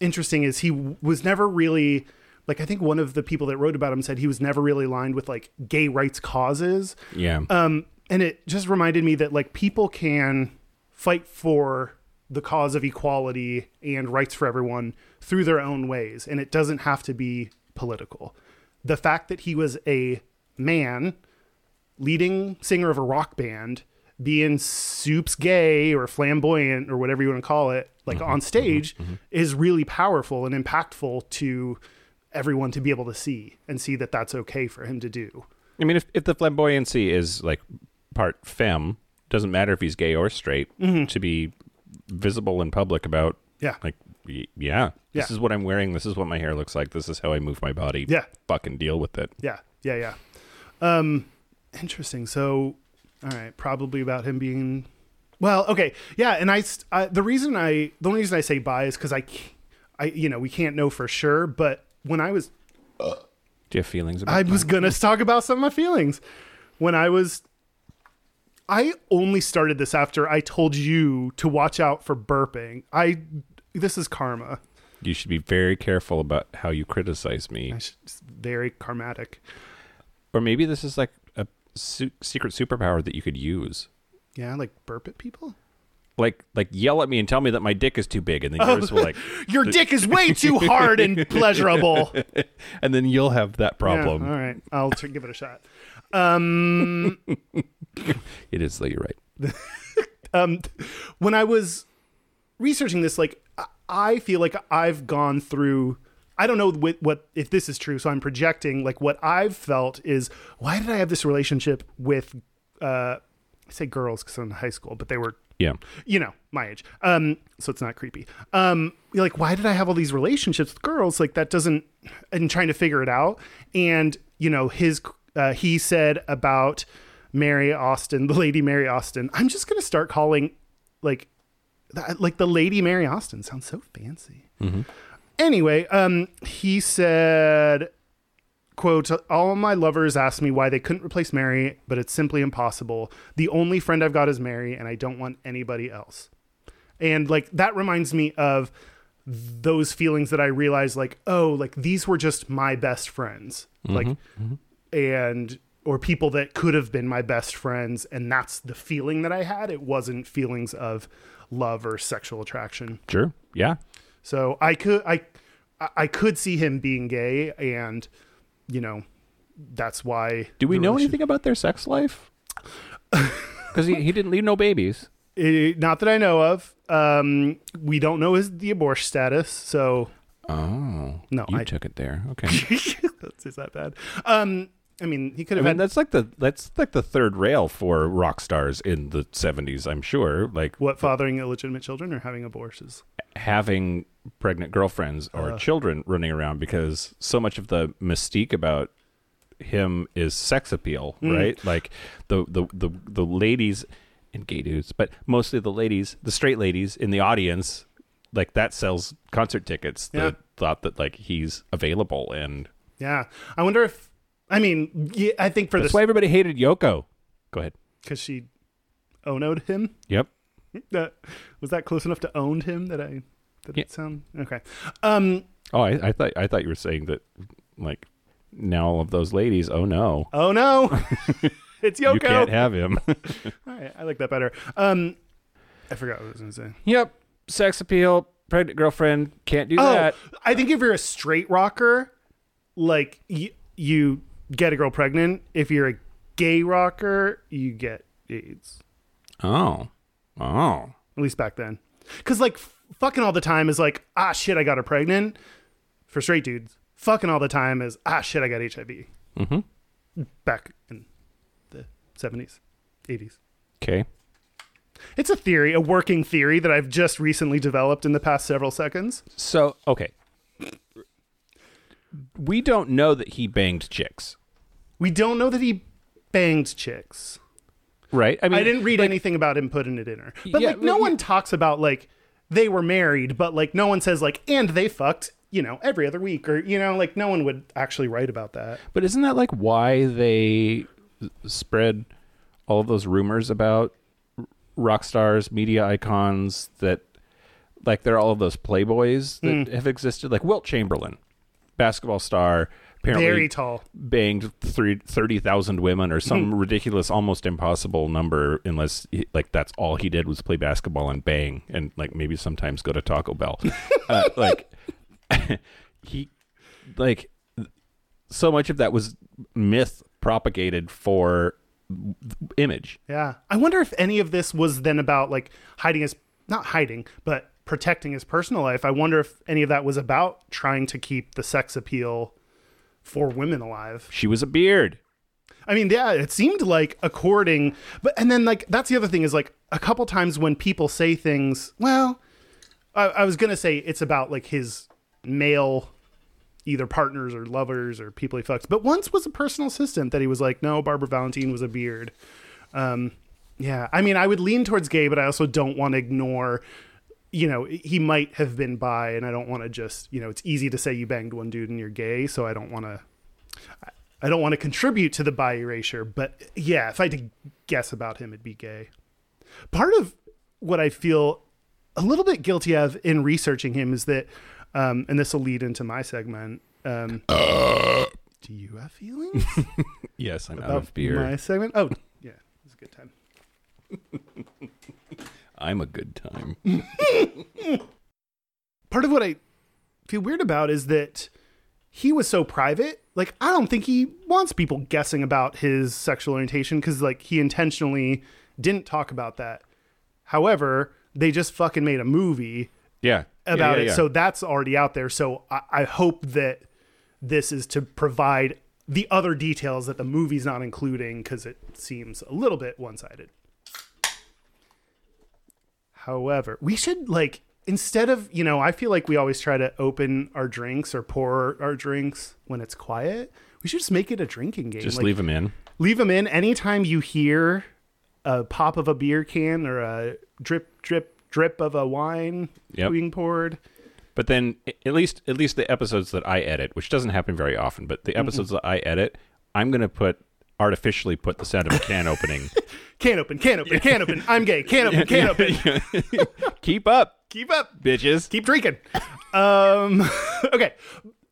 interesting is he w- was never really like I think one of the people that wrote about him said he was never really aligned with like gay rights causes. Yeah. Um, and it just reminded me that like people can fight for the cause of equality and rights for everyone through their own ways, and it doesn't have to be political. The fact that he was a man, leading singer of a rock band, being soups gay or flamboyant or whatever you want to call it, like on stage, is really powerful and impactful to everyone to be able to see and see that that's okay for him to do. I mean, if, if the flamboyancy is like part femme, doesn't matter if he's gay or straight, to be visible in public about, Yeah. like, y- yeah, this Yeah. is what I'm wearing. This is what my hair looks like. This is how I move my body. Yeah. Fucking deal with it. Yeah, yeah, yeah. Um, interesting. So, all right, probably about him being. Well, okay, yeah, and I, st- I the reason I the only reason I say bi is because I, c- I you know we can't know for sure, but when I was Do you have feelings about I was gonna talk about some of my feelings when I was I only started this after I told you to watch out for burping. I this is karma. You should be very careful about how you criticize me. I should, it's very karmatic. Or maybe this is like a su- secret superpower that you could use. Yeah, like burp at people. Like, like yell at me and tell me that my dick is too big, and then yours will like, Your dick is way too hard and pleasurable. and then you'll have that problem. Yeah, all right, I'll tr- give it a shot. Um, It is though. You're right. um, when I was researching this, like I- I feel like I've gone through. I don't know what, what if this is true, so I'm projecting. Like what I've felt is, why did I have this relationship with, uh, I say girls because I'm in high school, but they were Yeah. you know my age um so it's not creepy um you're like why did i have all these relationships with girls like that doesn't and trying to figure it out and you know his uh, he said about mary austin the lady mary austin i'm just gonna start calling like that, like the lady mary austin sounds so fancy anyway um he said quote all my lovers asked me why they couldn't replace mary but it's simply impossible the only friend i've got is mary and i don't want anybody else and like that reminds me of those feelings that i realized like oh like these were just my best friends like and or people that could have been my best friends and that's the feeling that i had it wasn't feelings of love or sexual attraction Sure. Yeah. so I could I I could see him being gay, and you know that's why. Do we the know relation- anything about their sex life? Because he, he didn't leave no babies. Eh, not that I know of. Um, we don't know his the abortion status, so Oh. No, You I- took it there. Okay. that's is that bad. Um, I mean, he I could have mean, had that's like the that's like the third rail for rock stars in the '70s. I'm sure, like what fathering illegitimate children or having abortions. having pregnant girlfriends Uh-huh. or children running around because so much of the mystique about him is sex appeal, Hmm. right? Like the, the the the ladies and gay dudes, but mostly the ladies, the straight ladies in the audience, like that sells concert tickets. Yeah. The thought that like he's available, and Yeah, I wonder if I mean yeah, I think for that's this why everybody hated Yoko. Go ahead. because she owned him. Yep. That was that close enough to owned him that I did Yeah. it sound okay. Um, Oh, I, I thought I thought you were saying that like now all of those ladies. Oh no, Oh no, it's Yoko. you can't have him. All right, I like that better. Um, I forgot what I was gonna say. Yep. Sex appeal, pregnant girlfriend, can't do Oh, that. I think if you're a straight rocker, like y- you get a girl pregnant. If you're a gay rocker, you get AIDS. Oh. Oh. At least back then, because like f- fucking all the time is like ah shit, I got her pregnant. For straight dudes, fucking all the time is ah shit, I got HIV. Mm-hmm. Back in the seventies, eighties. Okay. It's a theory, a working theory that I've just recently developed in the past several seconds. So, okay. We don't know that he banged chicks, We don't know that he banged chicks. right? mean, I didn't read like, anything about him putting it in her. But Yeah, like no but- one talks about like they were married, but like no one says like and they fucked, you know, every other week or you know, like no one would actually write about that. But isn't that like why they spread all of those rumors about r- rock stars, media icons that like they're all of those playboys that have existed like Wilt Chamberlain, basketball star, apparently Very tall. banged three- 30,000 women or Hmm. some ridiculous almost impossible number unless he, like that's all he did was play basketball and bang and like maybe sometimes go to Taco Bell. uh, like he like so much of that was myth propagated for image. Yeah. I wonder if any of this was then about like hiding his not hiding, but protecting his personal life. I wonder if any of that was about trying to keep the sex appeal for women alive. She was a beard. I mean, yeah, it seemed like according, but and then like that's the other thing is like a couple times when people say things. Well, I, I was gonna say it's about like his male, either partners or lovers or people he fucks. But once was a personal assistant that he was like, no, Barbara Valentine was a beard. Um, yeah, I mean, I would lean towards gay, but I also don't want to ignore. You know, he might have been bi, and I don't want to just. You know, it's easy to say you banged one dude and you're gay, so I don't want to I don't want to contribute to the bi erasure, but yeah, if I had to guess about him, it'd be gay. Part of what I feel a little bit guilty of in researching him is that, um, and this will lead into my segment. Um, Do you have feelings Yes, I'm out about of beer. my segment? Oh, yeah, it's a good time. I'm a good time. part of what I feel weird about is that he was so private. Like, I don't think he wants people guessing about his sexual orientation because, like, he intentionally didn't talk about that. However, they just fucking made a movie Yeah. Yeah, about yeah, it. yeah. So that's already out there. So I, I hope that this is to provide the other details that the movie's not including because it seems a little bit one sided. However, we should like instead of you know I feel like we always try to open our drinks or pour our drinks when it's quiet. We should just make it a drinking game. just like, leave him in. leave them in anytime you hear a pop of a beer can or a drip drip drip of a wine Yep. being poured But then a- at least at least the episodes that I edit, which doesn't happen very often, but the episodes that I edit, I'm going to put artificially put the sound of a can opening. can open can open can open i'm gay can open can open Keep up, keep up bitches. keep drinking um okay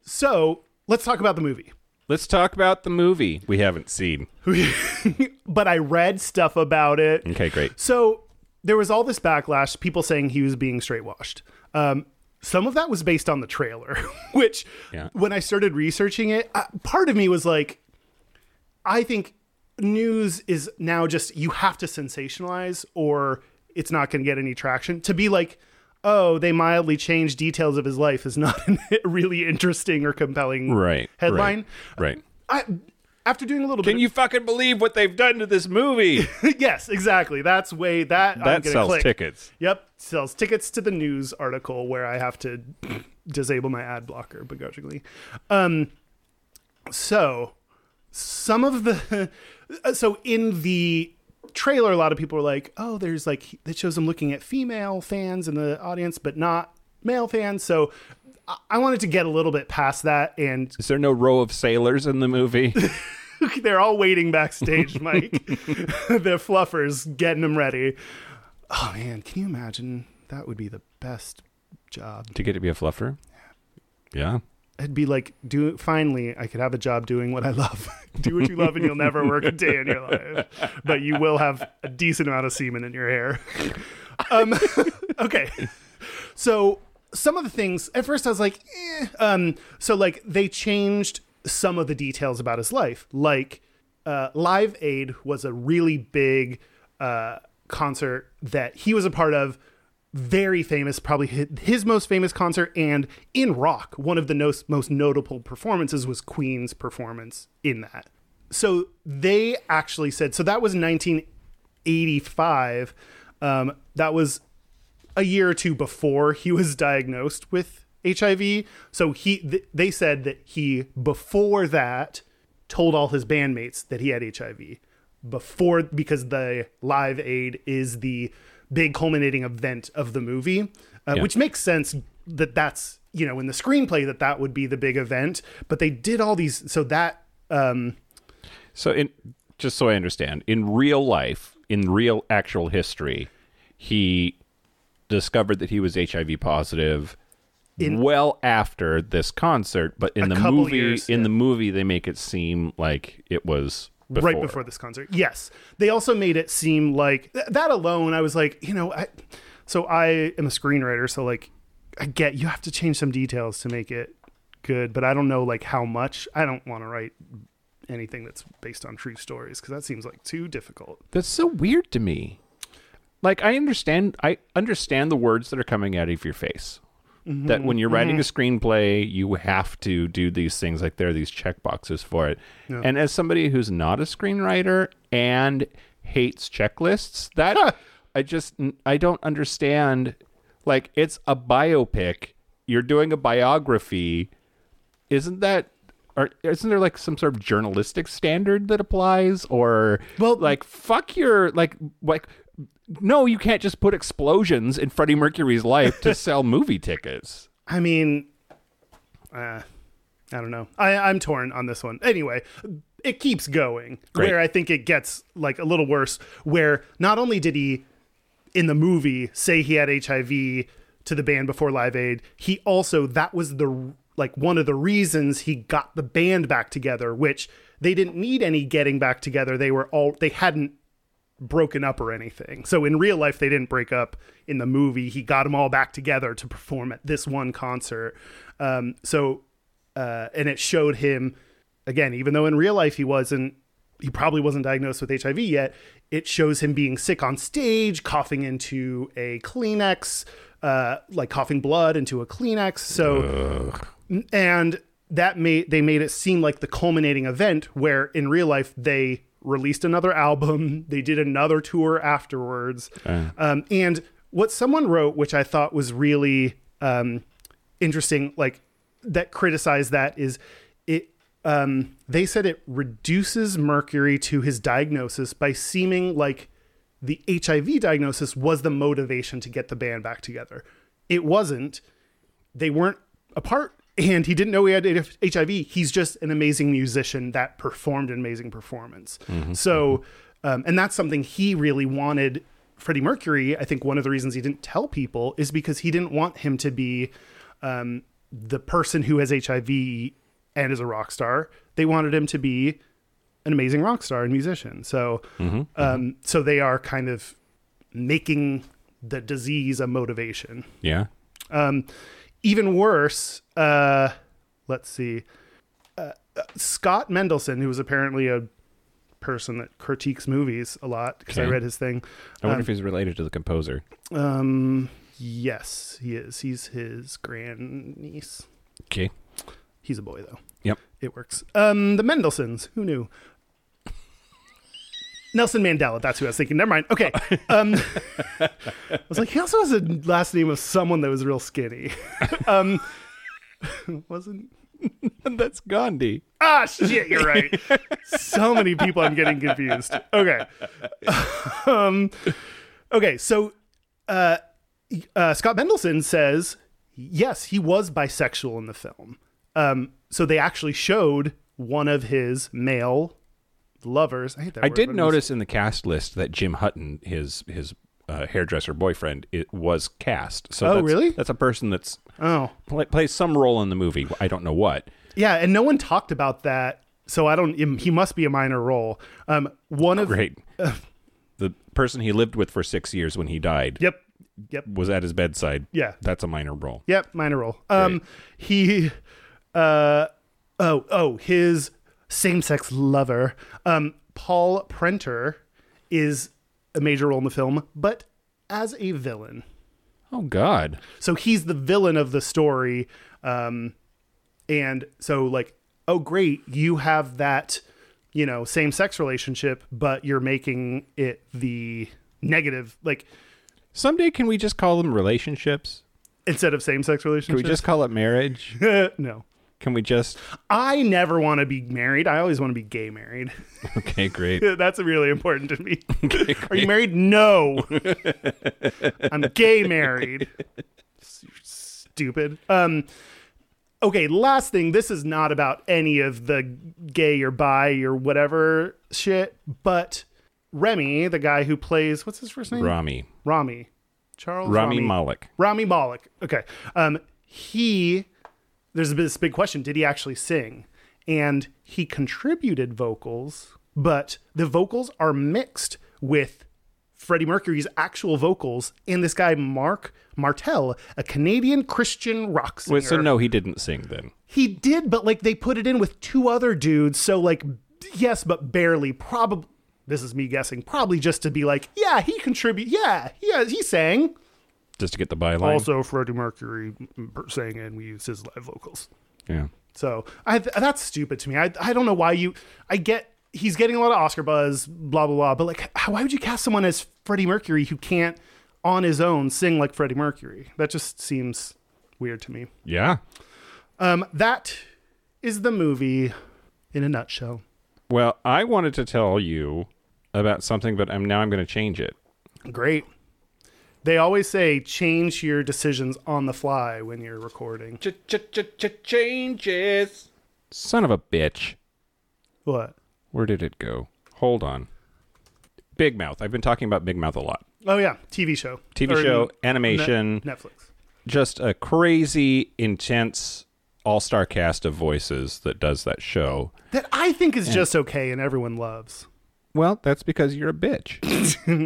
so let's talk about the movie Let's talk about the movie we haven't seen. but i read stuff about it Okay, great. So there was all this backlash, people saying he was being straight washed. Um, some of that was based on the trailer, which Yeah. when I started researching it, uh, part of me was like, I think news is now just you have to sensationalize or it's not going to get any traction. To be like, oh, they mildly changed details of his life is not really interesting or compelling Right. headline. Right. right. I, after doing a little bit Can you fucking believe what they've done to this movie? yes, exactly. That's way that I'm That gonna sells click. tickets. Yep, sells tickets to the news article where I have to disable my ad blocker begrudgingly. Um, so some of the uh, so in the trailer, a lot of people are like, "Oh, there's like that shows them looking at female fans in the audience, but not male fans." So I- I wanted to get a little bit past that and Is there no row of sailors in the movie? they're all waiting backstage, Mike. the fluffers getting them ready. Oh man, can you imagine? That would be the best job. to get to be a fluffer? Yeah. It'd be like, do finally, I could have a job doing what I love. do what you love, and you'll never work a day in your life, but you will have a decent amount of semen in your hair. um, okay, so some of the things at first I was like, eh. um, so like they changed some of the details about his life, like uh, Live Aid was a really big uh, concert that he was a part of. Very famous, probably hi- his most famous concert. And in rock, one of the nos- most notable performances was Queen's performance in that. So they actually said, so that was 1985. Um, that was a year or two before he was diagnosed with HIV. So he th- they said that he before that told all his bandmates that he had HIV before because the live aid is the big culminating event of the movie, uh, Yeah. which makes sense that that's you know in the screenplay that that would be the big event. But they did all these so that um, So in just so I understand, in real life, in real actual history, he discovered that he was HIV positive well after this concert, but in the A couple movie years, in yeah. the movie they make it seem like it was before. right before this concert. Yes, they also made it seem like th- that alone. I was like, you know, I, so I am a screenwriter, so like, I get you have to change some details to make it good, but I don't know like how much. I don't want to write anything that's based on true stories because that seems like too difficult. That's so weird to me. Like I understand I understand the words that are coming out of your face. That when you're writing a screenplay, you have to do these things like there are these check boxes for it. And as somebody who's not a screenwriter and hates checklists, that I just I don't understand like it's a biopic, you're doing a biography. Isn't that or isn't there like some sort of journalistic standard that applies or Well- like fuck your like like no you can't just put explosions in freddie mercury's life to sell movie tickets I mean, uh, I don't know. I, I'm torn on this one. Anyway, it keeps going Great. where I think it gets like a little worse. Where not only did he in the movie say he had HIV to the band before Live Aid, he also that was the like one of the reasons he got the band back together, which they didn't need any getting back together. They were all they hadn't broken up or anything. So in real life, they didn't break up. In the movie, he got them all back together to perform at this one concert. Um, so, uh, and it showed him again, even though in real life he wasn't, he probably wasn't diagnosed with HIV yet. It shows him being sick on stage, coughing into a Kleenex, uh, like coughing blood into a Kleenex. So and that made they made it seem like the culminating event where in real life they released another album they did another tour afterwards um, and what someone wrote which i thought was really um, interesting like that criticized that is it um, they said it reduces mercury to his diagnosis by seeming like the hiv diagnosis was the motivation to get the band back together it wasn't they weren't apart and he didn't know he had HIV. He's just an amazing musician that performed an amazing performance. So, um, and that's something he really wanted Freddie Mercury. I think one of the reasons he didn't tell people is because he didn't want him to be um, the person who has HIV and is a rock star. They wanted him to be an amazing rock star and musician. So, um, so they are kind of making the disease a motivation Yeah. even worse, uh, let's see, uh, uh, Scott Mendelson, who was apparently a person that critiques movies a lot because I Okay. read his thing. I wonder if he's related to the composer. Um, yes, he is. He's his grandniece. Okay. He's a boy though. Yep. It works. Um, the Mendelsons. Who knew? Nelson Mandela. That's who I was thinking. Never mind. Okay. Um, I was like, he also has a last name of someone that was real skinny. um, wasn't And that's Gandhi. Ah, shit, you're right. so many people I'm getting confused. Okay. um, okay, so uh, uh, Scott Mendelson says, yes, he was bisexual in the film. Um, so they actually showed one of his male lovers. I, hate that I word, did but it was- notice in the cast list that Jim Hutton, his his uh, hairdresser boyfriend, it was cast. So Oh, that's, really? That's a person that's Oh, pl- plays some role in the movie. I don't know what. yeah, and no one talked about that. So I don't. He must be a minor role. Um, one of Great. the person he lived with for six years when he died yep, yep, was at his bedside. Yeah. That's a minor role. Yep, minor role. Um, he, uh, oh, oh, his same-sex lover, um, Paul Prenter, is a major role in the film, but as a villain. Oh, God. So he's the villain of the story, um, and so like, oh, great, you have that, you know, same-sex relationship, but you're making it the negative, like Someday, can we just call them relationships? instead of same-sex Can we relationship. just call it marriage? no. Can we just. I never want to be married. I always want to be gay married. Okay, great. That's really important to me. Are you married? No. I'm gay married. Stupid. Um okay, last thing. This is not about any of the gay or bi or whatever shit, but Remy, the guy who plays what's his first name? Rami. Rami. Charles Rami Rami Malek. Rami Malek. Okay. Um, he, there's this big question did he actually sing? And he contributed vocals, but the vocals are mixed with Freddie Mercury's actual vocals and this guy, Mark Martel, a Canadian Christian rock singer. Wait, so, no, he didn't sing then. He did, but like they put it in with two other dudes. So like, yes, but barely. Probably this is me guessing. Probably just to be like, yeah, he contribute. Yeah, yeah, he sang. Just to get the byline? Also, Freddie Mercury m- m- sang and we used his live vocals. yeah. So I, th- that's stupid to me. I, I don't know why you. I get he's getting a lot of Oscar buzz, blah blah blah. But like, h- why would you cast someone as Freddie Mercury who can't on his own sing like Freddie Mercury? That just seems weird to me. Yeah. Um, that is the movie in a nutshell. Well, I wanted to tell you about something, but I'm now I'm going to change it. Great. They always say change your decisions on the fly when you're recording. Changes. Son of a bitch. What? Where did it go? Hold on. Big Mouth. I've been talking about Big Mouth a lot. Oh yeah, TV show. TV Or show, ne- animation, Netflix. just a crazy, intense all-star cast of voices that does that show. That I think is just okay and everyone loves. Well, that's because you're a bitch.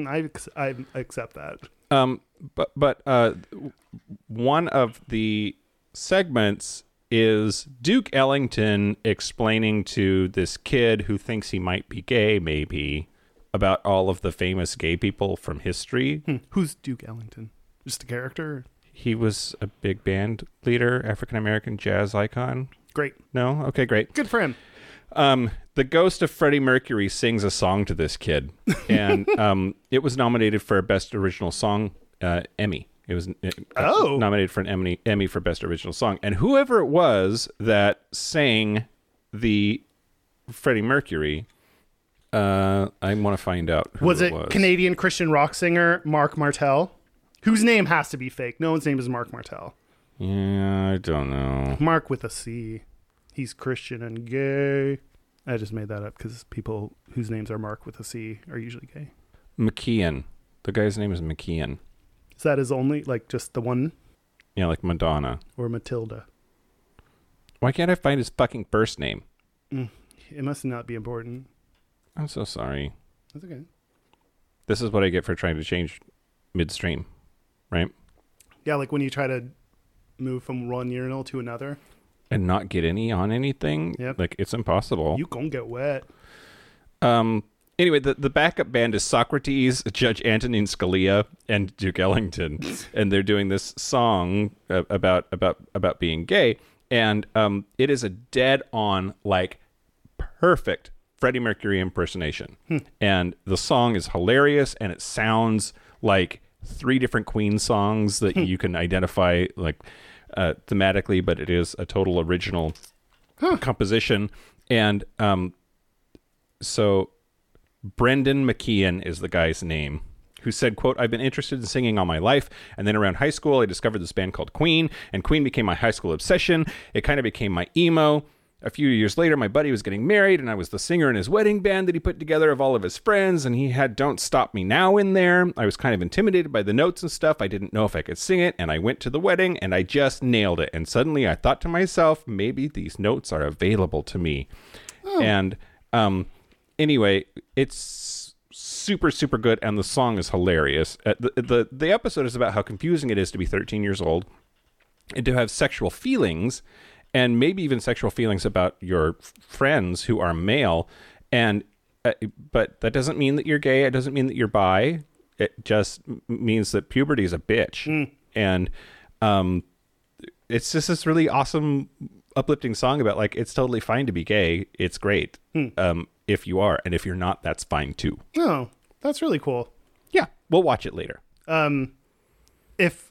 I, ex- I accept that. Um, but but uh, w- one of the segments is Duke Ellington explaining to this kid who thinks he might be gay, maybe, about all of the famous gay people from history. Who's Duke Ellington? Just a character? He was a big band leader, African American jazz icon. Great. No, okay, great. Good for him. Um, the ghost of Freddie Mercury sings a song to this kid, and um, it was nominated for best original song uh, Emmy. It was uh, Oh. nominated for an Emmy Emmy for best original song, and whoever it was that sang the Freddie Mercury, uh, I want to find out. Who Was it, it Canadian Christian rock singer Mark Martel? Whose name has to be fake. No one's name is Mark Martel. Yeah, I don't know. Mark with a C. He's Christian and gay. I just made that up because people whose names are Mark with a C are usually gay. McKeon. The guy's name is McKeon. Is that his only, like, just the one Yeah, like Madonna. or Matilda? Why can't I find his fucking first name? It must not be important. I'm so sorry. That's okay. this is what I get for trying to change midstream, right? Yeah, like when you try to move from one urinal to another, And not get any on anything. Yep. Like it's impossible. you gonna get wet. um anyway, the, the backup band is Socrates, Judge Antonin Scalia, and Duke Ellington. and they're doing this song uh, about about about being gay. And um it is a dead on like perfect Freddie Mercury impersonation. And the song is hilarious and it sounds like three different Queen songs that you can identify like uh, thematically, but it is a total original composition. And um, so Brendan McKeon is the guy's name who said quote i've been interested in singing all my life and then around high school i discovered this band called queen and queen became my high school obsession it kind of became my emo a few years later my buddy was getting married and i was the singer in his wedding band that he put together of all of his friends and he had don't stop me now in there i was kind of intimidated by the notes and stuff i didn't know if i could sing it and i went to the wedding and i just nailed it and suddenly i thought to myself maybe these notes are available to me and um anyway it's super super good and the song is hilarious uh, the, the the episode is about how confusing it is to be 13 years old and to have sexual feelings and maybe even sexual feelings about your f- friends who are male and uh, but that doesn't mean that you're gay it doesn't mean that you're bi it just m- means that puberty is a bitch and um it's just this really awesome uplifting song about like it's totally fine to be gay it's great Hmm. um if you are and if you're not that's fine too Oh, that's really cool. Um, yeah we'll watch it later If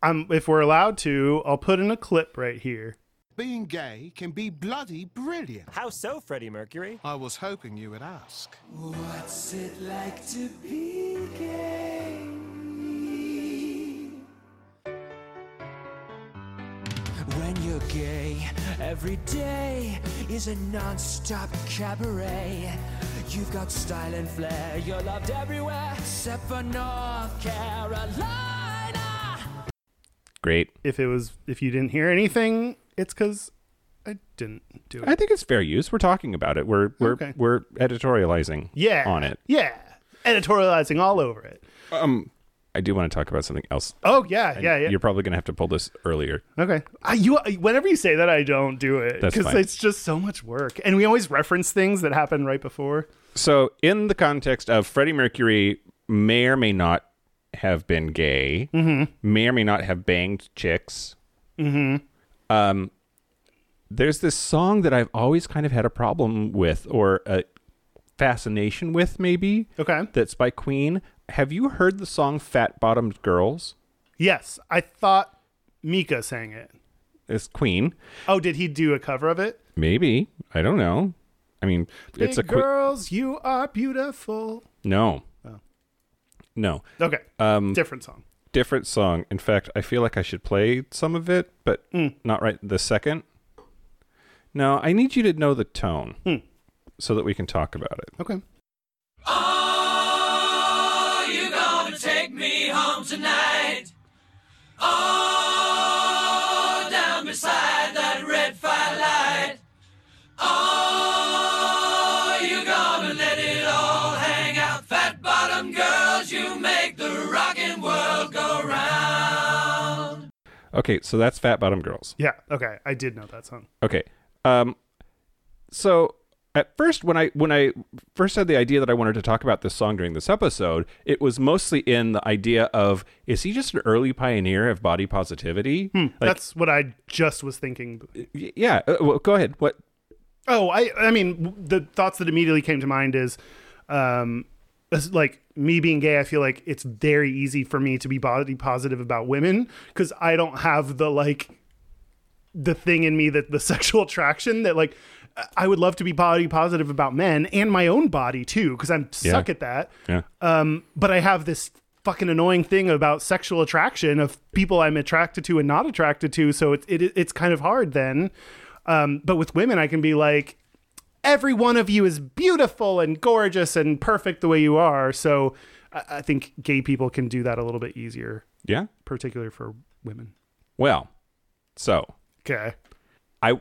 I'm, if we're allowed to, I'll put in a clip right here. Being gay can be bloody brilliant. How so, Freddie Mercury? I was hoping you would ask. What's it like to be gay? When you're gay, every day is a non-stop cabaret. You've got style and flair, you're loved everywhere except for North Carolina. great If it was, if you didn't hear anything, it's because I didn't do i it. think it's fair use we're talking about it we're we're Okay. we're editorializing Yeah, on it Yeah, editorializing all over it. i do want to talk about something else Oh yeah, Um, yeah, yeah. you're probably gonna have to pull this earlier Okay. I, you, whenever you say that, I don't do it That's because fine. it's just so much work, and we always reference things that happen right before. so in the context of freddie mercury may or may not have been gay may or may not have banged chicks um, there's this song that i've always kind of had a problem with or a fascination with maybe Okay. that's by queen have you heard the song fat bottomed girls Yes, I thought Mika sang it. it's queen Oh, did he do a cover of it? maybe i don't know i mean it's a Big quick girls, you are beautiful. no no Okay, um, different song. different song. In fact, I feel like I should play some of it, but not right this second. No, I need you to know the tone so that we can talk about it. Okay. Okay, so that's Fat Bottom Girls. Yeah. Okay. I did know that song. Okay. Um so at first when I when I first had the idea that I wanted to talk about this song during this episode, it was mostly in the idea of is he just an early pioneer of body positivity? Like That's what I just was thinking. y- yeah, uh, well, go ahead. What Oh, I I mean w- the thoughts that immediately came to mind is um as- like me being gay, I feel like it's very easy for me to be body positive about women cuz I don't have the like the thing in me that the sexual attraction that like I would love to be body positive about men and my own body too cuz I'm suck Yeah. at that. Yeah. Um but I have this fucking annoying thing about sexual attraction of people I'm attracted to and not attracted to, so it's it, it's kind of hard then. Um but with women I can be like every one of you is beautiful and gorgeous and perfect the way you are. So I, I think gay people can do that a little bit easier, Yeah. particularly for women. Well, so Okay. I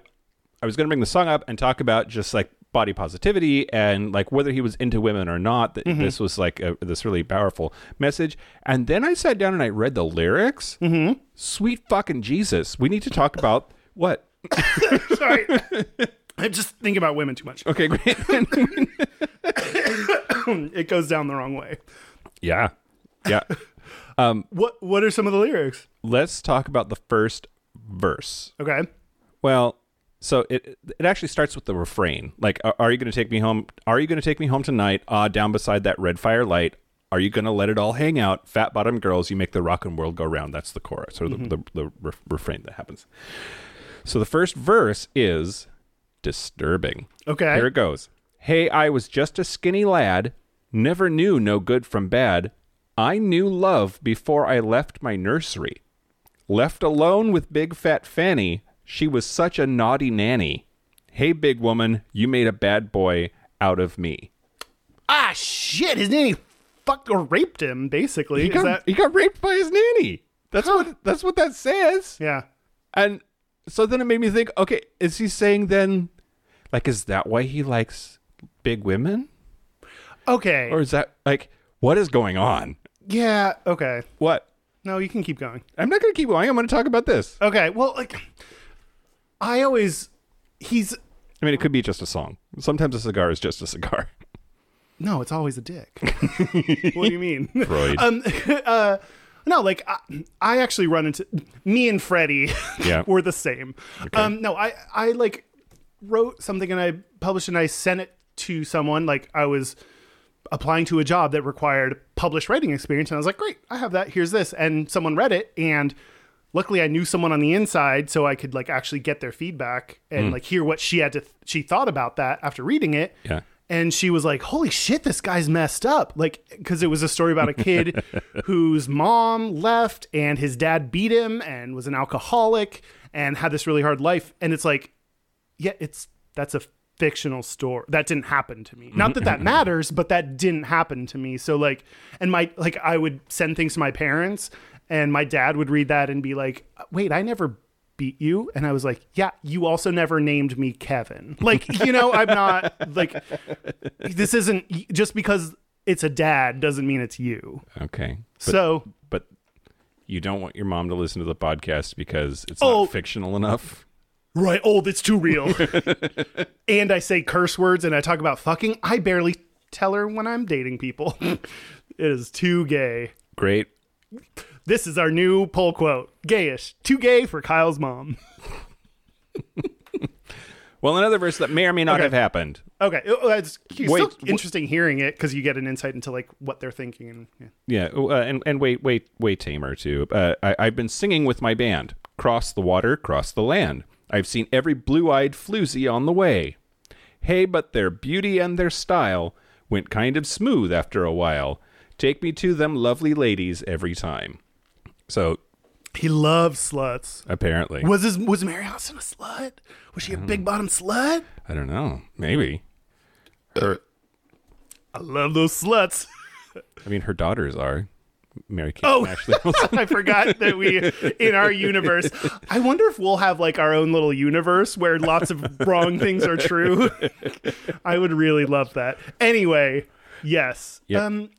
I was going to bring the song up and talk about just like body positivity and like whether he was into women or not that this was like a, this really powerful message and then i sat down and i read the lyrics mm-hmm. sweet fucking jesus we need to talk about what Sorry. I just think about women too much. okay great It goes down the wrong way. yeah yeah What what are some of the lyrics? let's talk about the first verse Okay. Well, so it it actually starts with the refrain. Like, "Are- are you going to take me home? Are you going to take me home tonight? Ah, down beside that red firelight. Are you going to let it all hang out? Fat bottom girls, you make the rockin' world go round. That's the chorus or the, the, the re- refrain that happens. So the first verse is disturbing. Okay. Here it goes. Hey, I was just a skinny lad, never knew no good from bad. I knew love before I left my nursery. Left alone with big fat Fanny, she was such a naughty nanny. Hey, big woman, you made a bad boy out of me. Ah shit, his nanny fucked or raped him, basically. He Is got, that he got raped by his nanny. That's what that's what that says. Yeah. And so then it made me think, okay, is he saying then like is that why he likes big women? Okay. Or is that like what is going on? yeah, okay. What? No, you can keep going. I'm not going to keep going. I'm going to talk about this. Okay, well like I always he's I mean, it could be just a song. Sometimes a cigar is just a cigar. No, it's always a dick. what do you mean? Freud. Um, uh, no, like I, I actually run into me and Freddie. Yeah. were the same. Um, no, I I like wrote something and I published and I sent it to someone. Like I was applying to a job that required published writing experience, and I was like, great, I have that. Here's this, and someone read it and. Luckily, I knew someone on the inside, so I could like actually get their feedback and like hear what she had to th- she thought about that after reading it Yeah. and she was like holy shit this guy's messed up like because it was a story about a kid whose mom left and his dad beat him and was an alcoholic and had this really hard life and it's like yeah it's that's a fictional story that didn't happen to me not that that matters but that didn't happen to me so like and my like i would send things to my parents and my dad would read that and be like wait i never beat you and i was like yeah you also never named me kevin like you know i'm not like this isn't just because it's a dad doesn't mean it's you Okay. But, so but you don't want your mom to listen to the podcast because it's Oh. not fictional enough. Right. Oh, that's too real. and I say curse words and I talk about fucking. I barely tell her when I'm dating people. it is too gay. Great. This is our new poll quote. Gayish. Too gay for Kyle's mom. Well, another verse that may or may not Okay. have happened. Okay. Oh, it- well, It's, it's Wait, still wh- interesting hearing it because you get an insight into like what they're thinking. And Yeah. yeah. Uh, and, and way, way, way tamer, too. Uh, I, I've been singing with my band Cross the Water, Cross the Land. I've seen every blue eyed floozy on the way. Hey, but their beauty and their style went kind of smooth after a while. Take me to them lovely ladies every time. So He loves sluts. apparently. Was his was Mary Austin a slut? Was she a big bottom slut? I don't know. Maybe. I love those sluts. I mean, her daughters are Mary Kate Oh. and Ashley Olsen. I forgot that we in our universe. I wonder if we'll have like our own little universe where lots of wrong things are true. I would really love that. Anyway, yes. Yep. Um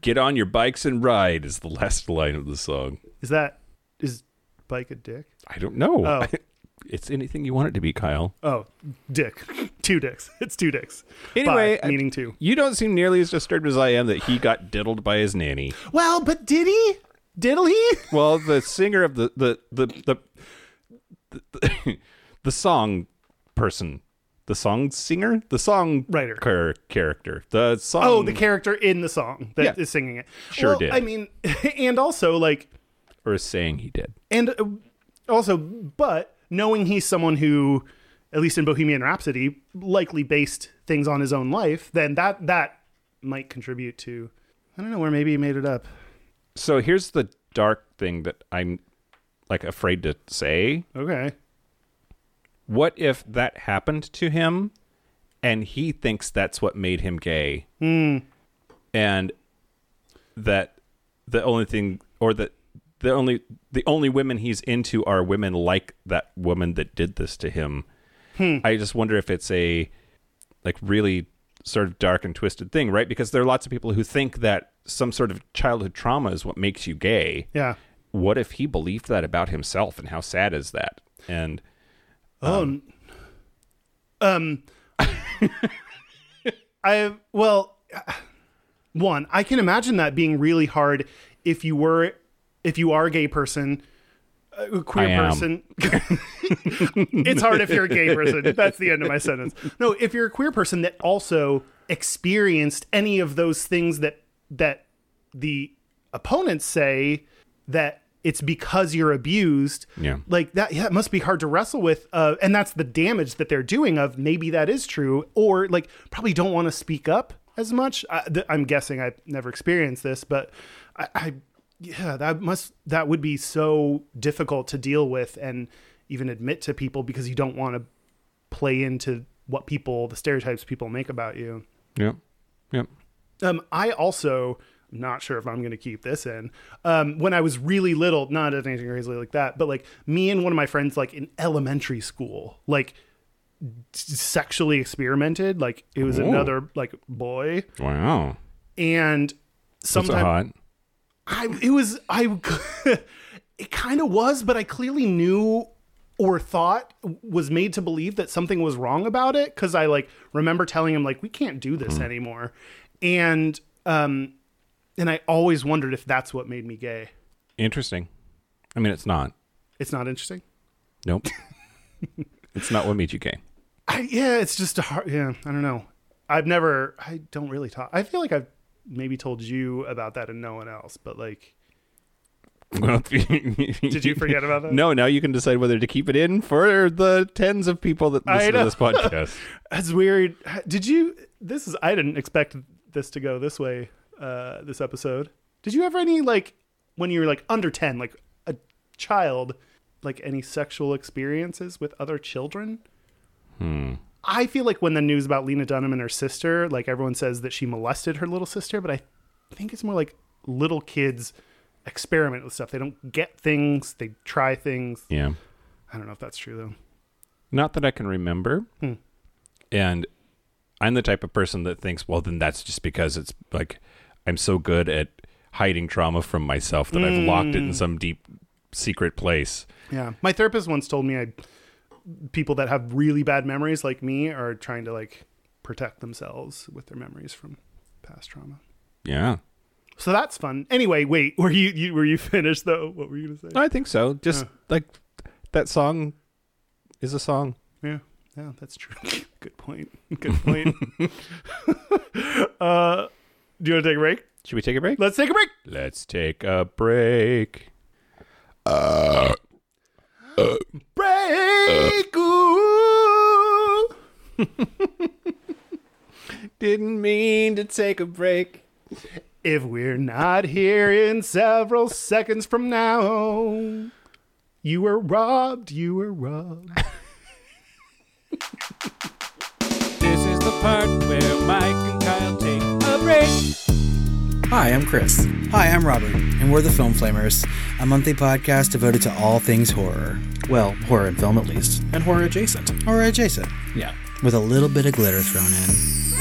Get on your bikes and ride is the last line of the song. is that is bike a dick? I don't know. Oh. it's anything you want it to be, Kyle. Oh, dick. Two dicks. It's two dicks. Anyway, Bi, I- meaning two. You don't seem nearly as disturbed as I am that he got diddled by his nanny. Well, but did he? Diddle he? Well, the singer of the the the the the, the song person, the song singer, the song Writer. char- character, the song. Oh, the character in the song that is Hmm. Yeah. singing it. Sure Well, did. I mean, and also like or is saying he did. and uh, also but knowing he's someone who at least in bohemian rhapsody likely based things on his own life then that that might contribute to i don't know where maybe he made it up So here's the dark thing that I'm like afraid to say. okay What if that happened to him and he thinks that's what made him gay? And that the only thing or that the only the only women he's into are women like that woman that did this to him. I just wonder if it's a like really sort of dark and twisted thing, right? Because there are lots of people who think that some sort of childhood trauma is what makes you gay yeah what if he believed that about himself and how sad is that and i well one i can imagine that being really hard if you were if you are a gay person a queer I am. person it's hard if you're a gay person that's the end of my sentence no if you're a queer person that also experienced any of those things that that the opponents say that it's because you're abused Yeah. like that yeah, it must be hard to wrestle with uh, and that's the damage that they're doing of maybe that is true or like probably don't want to speak up as much I, th- i'm guessing i've never experienced this but I, I yeah that must that would be so difficult to deal with and even admit to people because you don't want to play into what people the stereotypes people make about you yeah yeah um, I also I'm not sure if I'm going to keep this in. Um, when I was really little, not anything crazy like that, but like me and one of my friends, like in elementary school, like d- sexually experimented. Like it was Ooh. another like boy, wow and that's sometimes hot I it was I it kind of was, but I clearly knew or thought was made to believe that something was wrong about it because I like remember telling him like we can't do this anymore, and um, and I always wondered if that's what made me gay. interesting i mean it's not It's not interesting. nope it's not what made you gay I, yeah, it's just a hard. Yeah, I don't know. I've never. I don't really talk. I feel like I've maybe told you about that and no one else, but like, did did you forget about that? no now you can decide whether to keep it in for the tens of people that I listen to know. this podcast That's weird. Did you? This is. I didn't expect this to go this way. Uh, this episode. Did you have any like when you were like under ten, like a child, like any sexual experiences with other children? Hmm. I feel like when the news about Lena Dunham and her sister, like everyone says that she molested her little sister, but I think it's more like little kids experiment with stuff. They don't get things. They try things. yeah I don't know if that's true though. not that i can remember Hmm. and i'm the type of person that thinks well then that's just because it's like i'm so good at hiding trauma from myself that i've locked it Hmm. in some deep secret place Yeah. My therapist once told me I people that have really bad memories like me are trying to like protect themselves with their memories from past trauma. yeah So that's fun. Anyway, wait, were you, you were you finished though? What were you going to say? i think so just like that song is a song Yeah. Yeah, that's true. Good point. Good point. uh do you want to take a break? should we take a break Let's take a break. let's take a break Uh. Break. ooh. didn't mean to take a break If we're not here in several seconds from now, you were robbed. You were robbed. This is the part where Mike and Kyle take a break. Hi, I'm Chris. Hi, I'm Robert, and we're the Film Flamers, a monthly podcast devoted to all things horror. Well, horror and film at least, and horror adjacent. Horror adjacent. Yeah. With a little bit of glitter thrown in.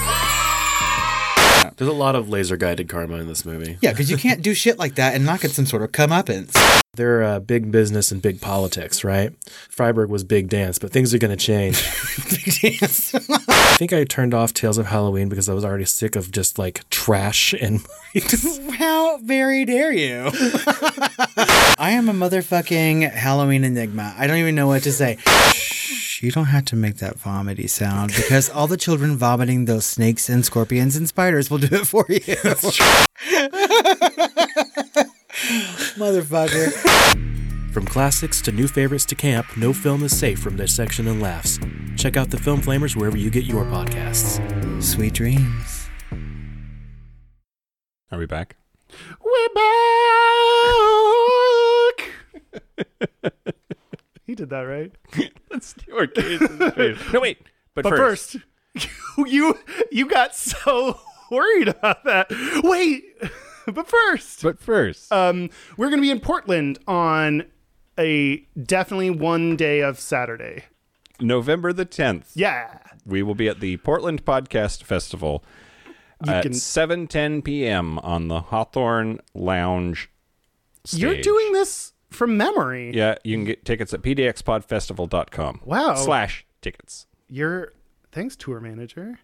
There's a lot of laser guided karma in this movie. Yeah, because you can't do shit like that and not get some sort of comeuppance. They're uh, big business and big politics, right? Freiburg was big dance, but things are going to change. Yes. I think I turned off Tales of Halloween because I was already sick of just like trash and How very dare you? I am a motherfucking Halloween enigma. I don't even know what to say. Shh, You don't have to make that vomity sound because all the children vomiting those snakes and scorpions and spiders will do it for you. Motherfucker. From classics to new favorites to camp, no film is safe from this section and laughs. Check out the Film Flamers wherever you get your podcasts. Sweet dreams. Are we back? we're back. he did that right. Let's do our kids. no, wait. But, But first, first, you you got so worried about that. Wait, but first, But first. um, we're going to be in Portland on a definitely one day of Saturday. November the 10th, Yeah, we will be at the Portland Podcast Festival at can- 7:10 p.m. on the Hawthorne Lounge. Stage. you're doing this from memory. Yeah, you can get tickets at pdxpodfestival.com. Wow. Slash tickets. You're thanks tour manager,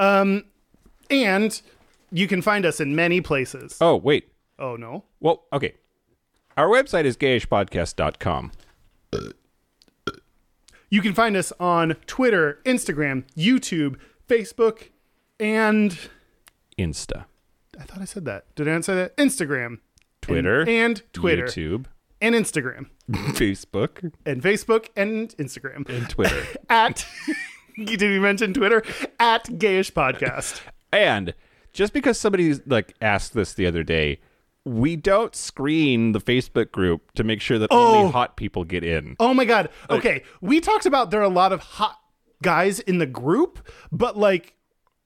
Um, Yeah. and you can find us in many places. Oh, wait. Oh no, Well, okay. Our website is gayishpodcast.com. you can find us on Twitter, Instagram, YouTube, Facebook, and Insta, I thought I said that. Did I not say that? Instagram Twitter, and Twitter YouTube, and Instagram. Facebook, and Facebook and Instagram and Twitter. at did we mention Twitter at Gayish Podcast? And just because somebody like asked this the other day, we don't screen the Facebook group to make sure that Oh. only hot people get in. Oh my god. Okay, we talked about there are a lot of hot guys in the group, but like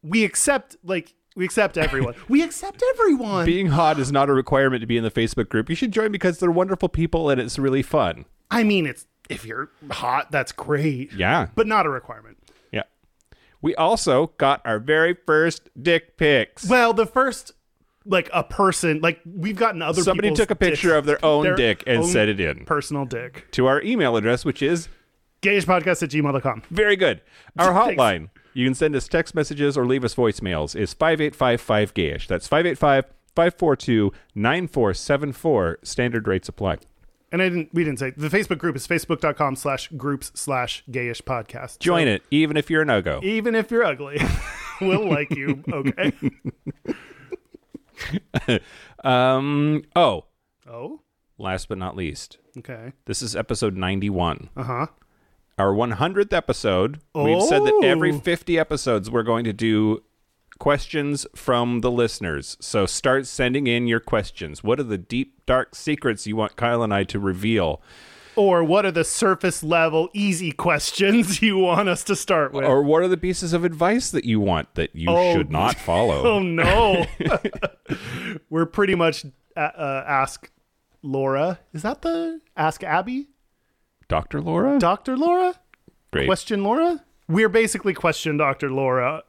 we accept like we accept everyone. we accept everyone. Being hot is not a requirement to be in the Facebook group. You should join because they're wonderful people and it's really fun. I mean, it's if you're hot, that's great. Yeah. But not a requirement. Yeah. We also got our very first dick pics. Well, the first like a person, like we've gotten other Somebody people's took a picture dicks- of their own their dick and own set it in Personal dick. to our email address, which is Gayishpodcast at gmail.com. Very good. Our Thanks. hotline. You can send us text messages or leave us voicemails is 5855 gayish. That's 585 542 9474. Standard rates apply. and I didn't we didn't say the Facebook group is facebook.com slash groups slash gayish podcast. Join it, even if you're an ugo. Even if you're ugly. we'll like you. Okay. Um, oh, Oh. last but not least, Okay. this is episode 91. Uh-huh. Our 100th episode. We've said that every Oh. 50 episodes, we're going to do questions from the listeners. So start sending in your questions. What are the deep, dark secrets you want Kyle and I to reveal? Or what are the surface level easy questions you want us to start with? Or what are the pieces of advice that you want that you Oh. should not oh follow? no. We're pretty much uh, uh, ask Laura. Is that the ask Abby? Dr. Laura? Dr. Laura? Great. Question Laura? We're basically question Dr. Laura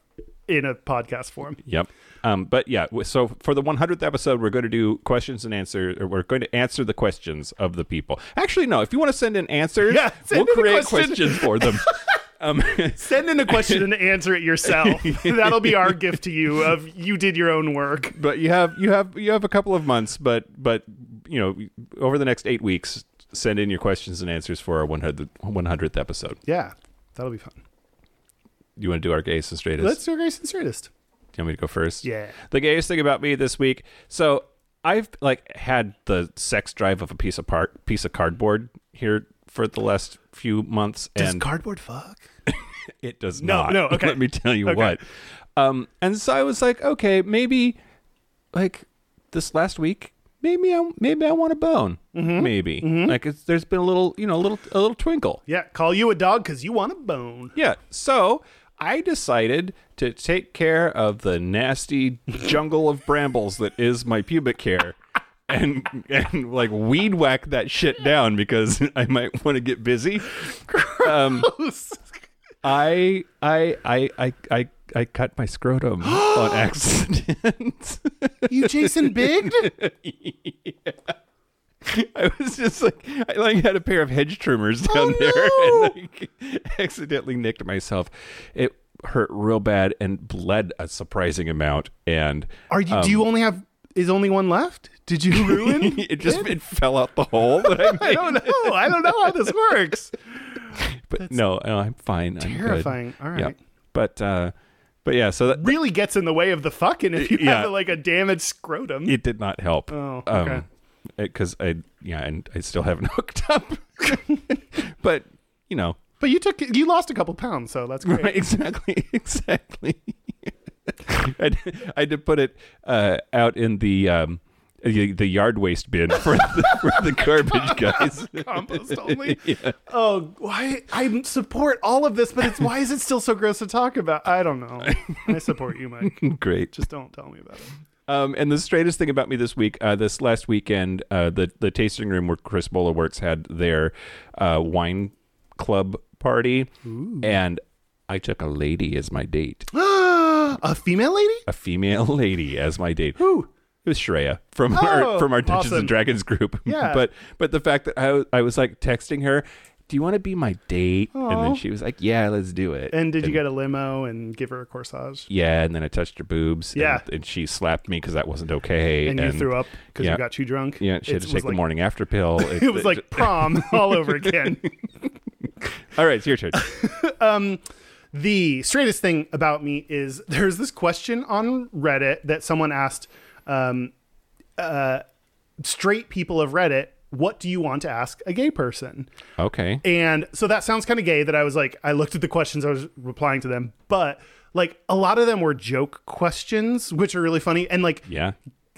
in a podcast form. Yep. Um, but yeah, w- so for the 100th episode, we're going to do questions and answers. Or we're going to answer the questions of the people. Actually, no, if you want to send in answers, Yeah, we'll send in the create question. questions for them. um, Send in a question and answer it yourself. That'll be our gift to you of you did your own work. but you have you have you have a couple of months, but but you know, over the next eight weeks, send in your questions and answers for our 100th, 100th episode. Yeah, that'll be fun. You want to do our gays and straightest? Let's do a Grace and Straightest. Do you want me to go first? Yeah. The gayest thing about me this week. So I've like had the sex drive of a piece of part piece of cardboard here for the last few months, and cardboard fuck? it does No, not. no, okay. Let me tell you Okay. what. Um, and so I was like, okay, maybe like this last week maybe I maybe I want a bone. Mm-hmm. Maybe like it's, there's been a little you know a little a little twinkle. Yeah, call you a dog because you want a bone. Yeah. So I decided to take care of the nasty jungle of brambles that is my pubic hair. And, and like weed whack that shit down because I might want to get busy. Um, I I I I I I cut my scrotum on accident. You Jason Big? I was just like I like had a pair of hedge trimmers Oh, down there and like accidentally nicked myself. It hurt real bad and bled a surprising amount and Are you? do you only have? Is only one left? Did you ruin? Um, it just it fell out the hole that I made. I don't know. I don't know how this works. But no, no, I'm fine. I'm good. terrifying. All Yeah. right. But uh but yeah, so that Really gets in the way of the fucking if you Yeah. have like a damaged scrotum. it did not help. Oh, okay. Because I yeah, and I still haven't hooked up. but you know, But you took you lost a couple pounds, so that's great. Right, exactly, exactly. I, d- I had to put it uh, out in the um, y- the yard waste bin for the, for the garbage guys. Compost only. Oh, why I support all of this, but it's why is it still so gross to talk about? I don't know. I support you, Mike. Great. Just don't tell me about it. Um, and the straightest thing about me this week, uh, this last weekend, uh, the the tasting room where Chris Bolawerts had their uh, wine club party, and I took a lady as my date, a female lady? a female lady as my date. It was Shreya from Oh, our from our Dungeons awesome. and Dragons group. Yeah. but but the fact that I, was- I was like texting her, "Do you want to be my date?" And Aw. then she was like, "Yeah, let's do it." And did you get a limo and give her a corsage? Yeah, and then I touched her boobs. Yeah. and, and she slapped me because that wasn't okay. And, you threw up because yeah. you got too drunk. Yeah, she had to It was take the like- morning after pill. It, It was like prom all over again. all right, it's your turn. the straightest thing about me is there's this question on Reddit that someone asked um, uh, straight people of Reddit, what do you want to ask a gay person? Okay, And so that sounds kind of gay that I was like, I looked at the questions I was replying to them, but like a lot of them were joke questions, which are really funny. And like yeah,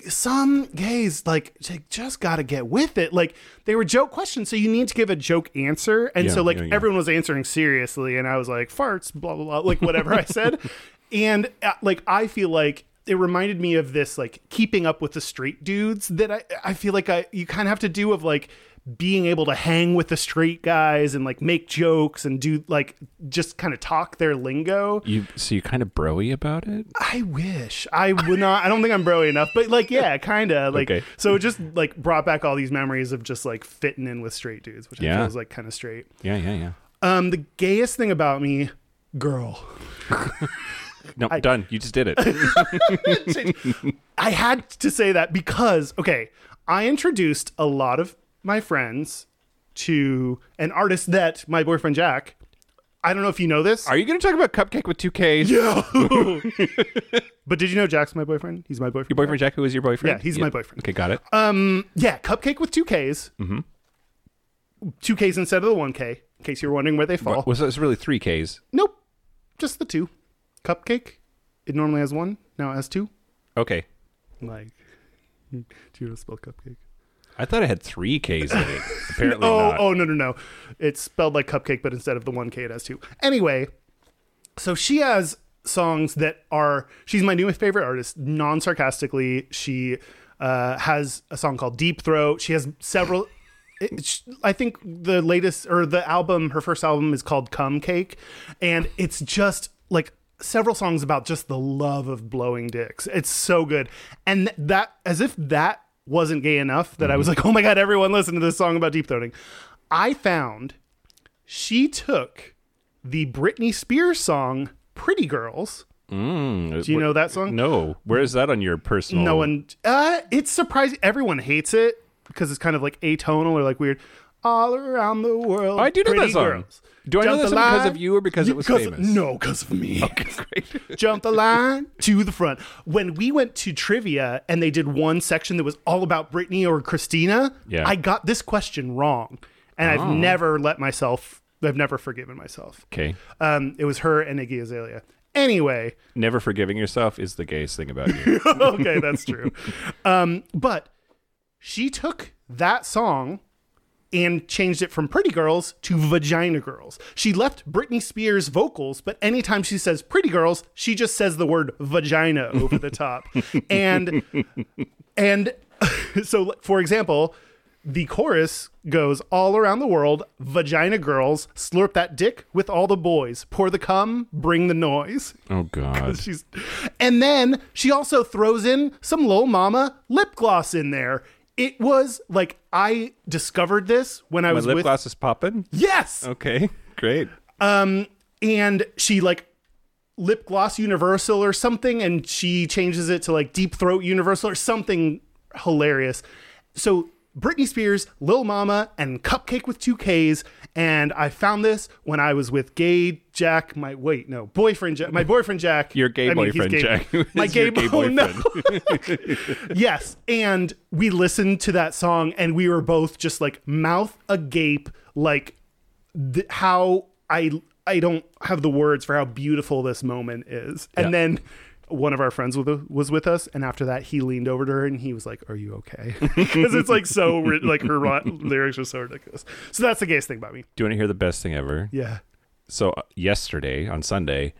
some gays like j- just got to get with it. Like they were joke questions, so you need to give a joke answer. And Yeah, so like yeah, yeah. everyone was answering seriously, and I was like farts, blah blah blah, like whatever I said. And uh, like I feel like it reminded me of this like keeping up with the straight dudes that I I feel like I you kind of have to do of like being able to hang with the straight guys and like make jokes and do like just kind of talk their lingo. you so you kind of broy about it. I wish I would not. I don't think I'm broy enough, but like, yeah, kind of like. Okay. So it just like brought back all these memories of just like fitting in with straight dudes, which I Yeah. feel is like kind of straight. Yeah, yeah, yeah. Um, the gayest thing about me, girl, No, done. You just did it. I had to say that because okay, I introduced a lot of my friends to an artist that my boyfriend Jack. I don't know if you know this, Are you going to talk about cupcake with two Ks? Yeah. but did you know Jack's my boyfriend? He's my boyfriend. Your boyfriend Jack, who is your boyfriend? Yeah, he's my boyfriend. Okay, got it. Yeah, cupcake with two Ks. Mm-hmm. Two Ks instead of the one K. In case you're wondering where they fall. Well, so it's really three Ks. Nope, just the two. Cupcake. It normally has one. Now it has two. Okay. Like, do you know how to spell cupcake? I thought it had three Ks in it. Apparently Oh, not. oh no, no, no. It's spelled like cupcake, but instead of the one K, it has two. Anyway, so she has songs that are. She's my newest favorite artist. Non sarcastically, she uh, has a song called Deep Throat. She has several. It, sh I think the latest or the album, her first album, is called Cum Cake, and it's just like several songs about just the love of blowing dicks. It's so good, and th- that as if that wasn't gay enough that I was like, oh my god, everyone listen to this song about deep throating. I found she took the Britney Spears song "Pretty Girls." Mm, Do you wh- know that song? No. Where is that on your personal? No one. Uh, it's surprising. Everyone hates it because it's kind of like atonal or like weird. All around the world. I do know that pretty song. girls. Do I know Jump that the song because line- of you or because it was famous? No, because of me. Great. Jump the line to the front. When we went to trivia and they did one section that was all about Britney or Christina, Yeah. Oh. I got this question wrong, and I've never let myself. I've never forgiven myself. Okay. Um, it was her and Iggy Azalea. Anyway, Never forgiving yourself is the gayest thing about you. okay, that's true. Um, but she took that song and changed it from Pretty Girls to Vagina Girls. She left Britney Spears' vocals, but anytime she says Pretty Girls, she just says the word vagina over the top. and and so like, for example, the chorus goes all around the world, vagina girls, slurp that dick with all the boys, pour the cum, bring the noise. oh God. She's, and then she also throws in some Lil Mama lip gloss in there. It was like I discovered this when I My was lip with gloss Oh, is popping. yes, Okay, great. and she like lip gloss universal or something, and she changes it to like deep throat universal or something hilarious. So Britney Spears, Lil Mama, and Cupcake with two K's, and I found this when I was with Gay Jack. My wait, no boyfriend, Jack, my boyfriend Jack. Your gay I mean, he's boyfriend, gay. Jack. Who My is gay, your gay oh, no. boyfriend? yes. And we listened to that song and we were both just like mouth agape, like th- how I I don't have the words for how beautiful this moment is. And Yeah. then one of our friends with, was with us, and after that, he leaned over to her and he was like, "Are you okay?" Because it's like so ri- like her ri- lyrics are so ridiculous. So that's the gayest thing about me. Do you want to hear the best thing ever? Yeah. so uh, yesterday on Sunday,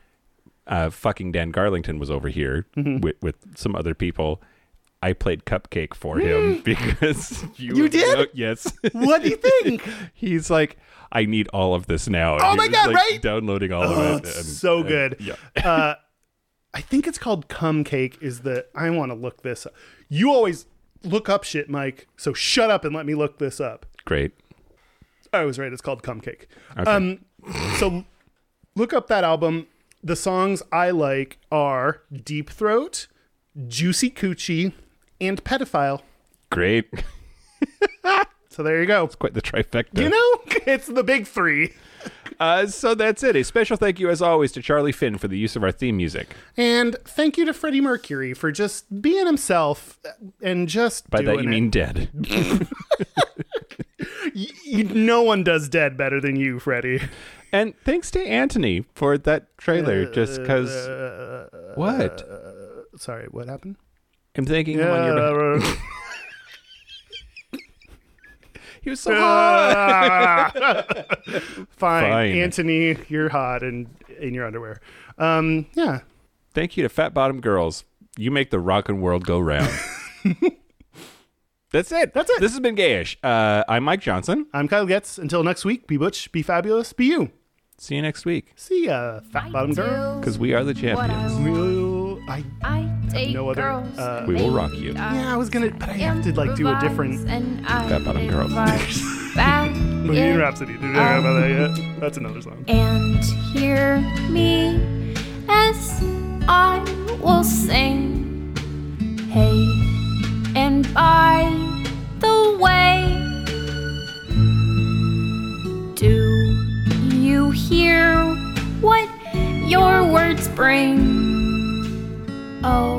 uh, fucking Dan Garlington was over here Mm-hmm. with, with some other people. I played cupcake for him because you, You did? Oh, yes, What do you think? he's like, I need all of this now. Oh He my was, God, like, right? Downloading all Oh, of it. it's and- so and- good. Uh, yeah. I think it's called cum cake is the I want to look this up. You always look up shit, Mike. So shut up and let me look this up. great. I was right. It's called cum cake. Um, so look up that album. The songs I like are Deep Throat, Juicy Coochie, and Pedophile. Great. So there you go. Quite the trifecta. You know, it's the big three. uh, so that's it. A special thank you, as always, to Charlie Finn for the use of our theme music. And thank you to Freddie Mercury for just being himself and just By that doing you it. mean dead. Y- y- no one does dead better than you, Freddie. And thanks to Anthony for that trailer, just because. What? Sorry, what happened? I'm thanking him on your behalf. Uh, He was so hot. fine. Fine. Anthony, you're hot and in your underwear. Um, yeah. Thank you to Fat Bottom Girls. You make the rockin' world go round. That's it. That's it. This has been Gayish. Uh, I'm Mike Johnson. I'm Kyle Getz. Until next week, be butch, be fabulous, be you. See you next week See ya, fat bottom girl. because we are the What I champions. want. Will I, I date no other, girls. uh, We will rock you. yeah, I was gonna, but I have to like do a different And Fat bottom girls. Back Bohemian in Rhapsody. Did you hear about that yet? That's another song. and hear me as I will sing. Hey, and by the way, do you hear what your words bring? Oh,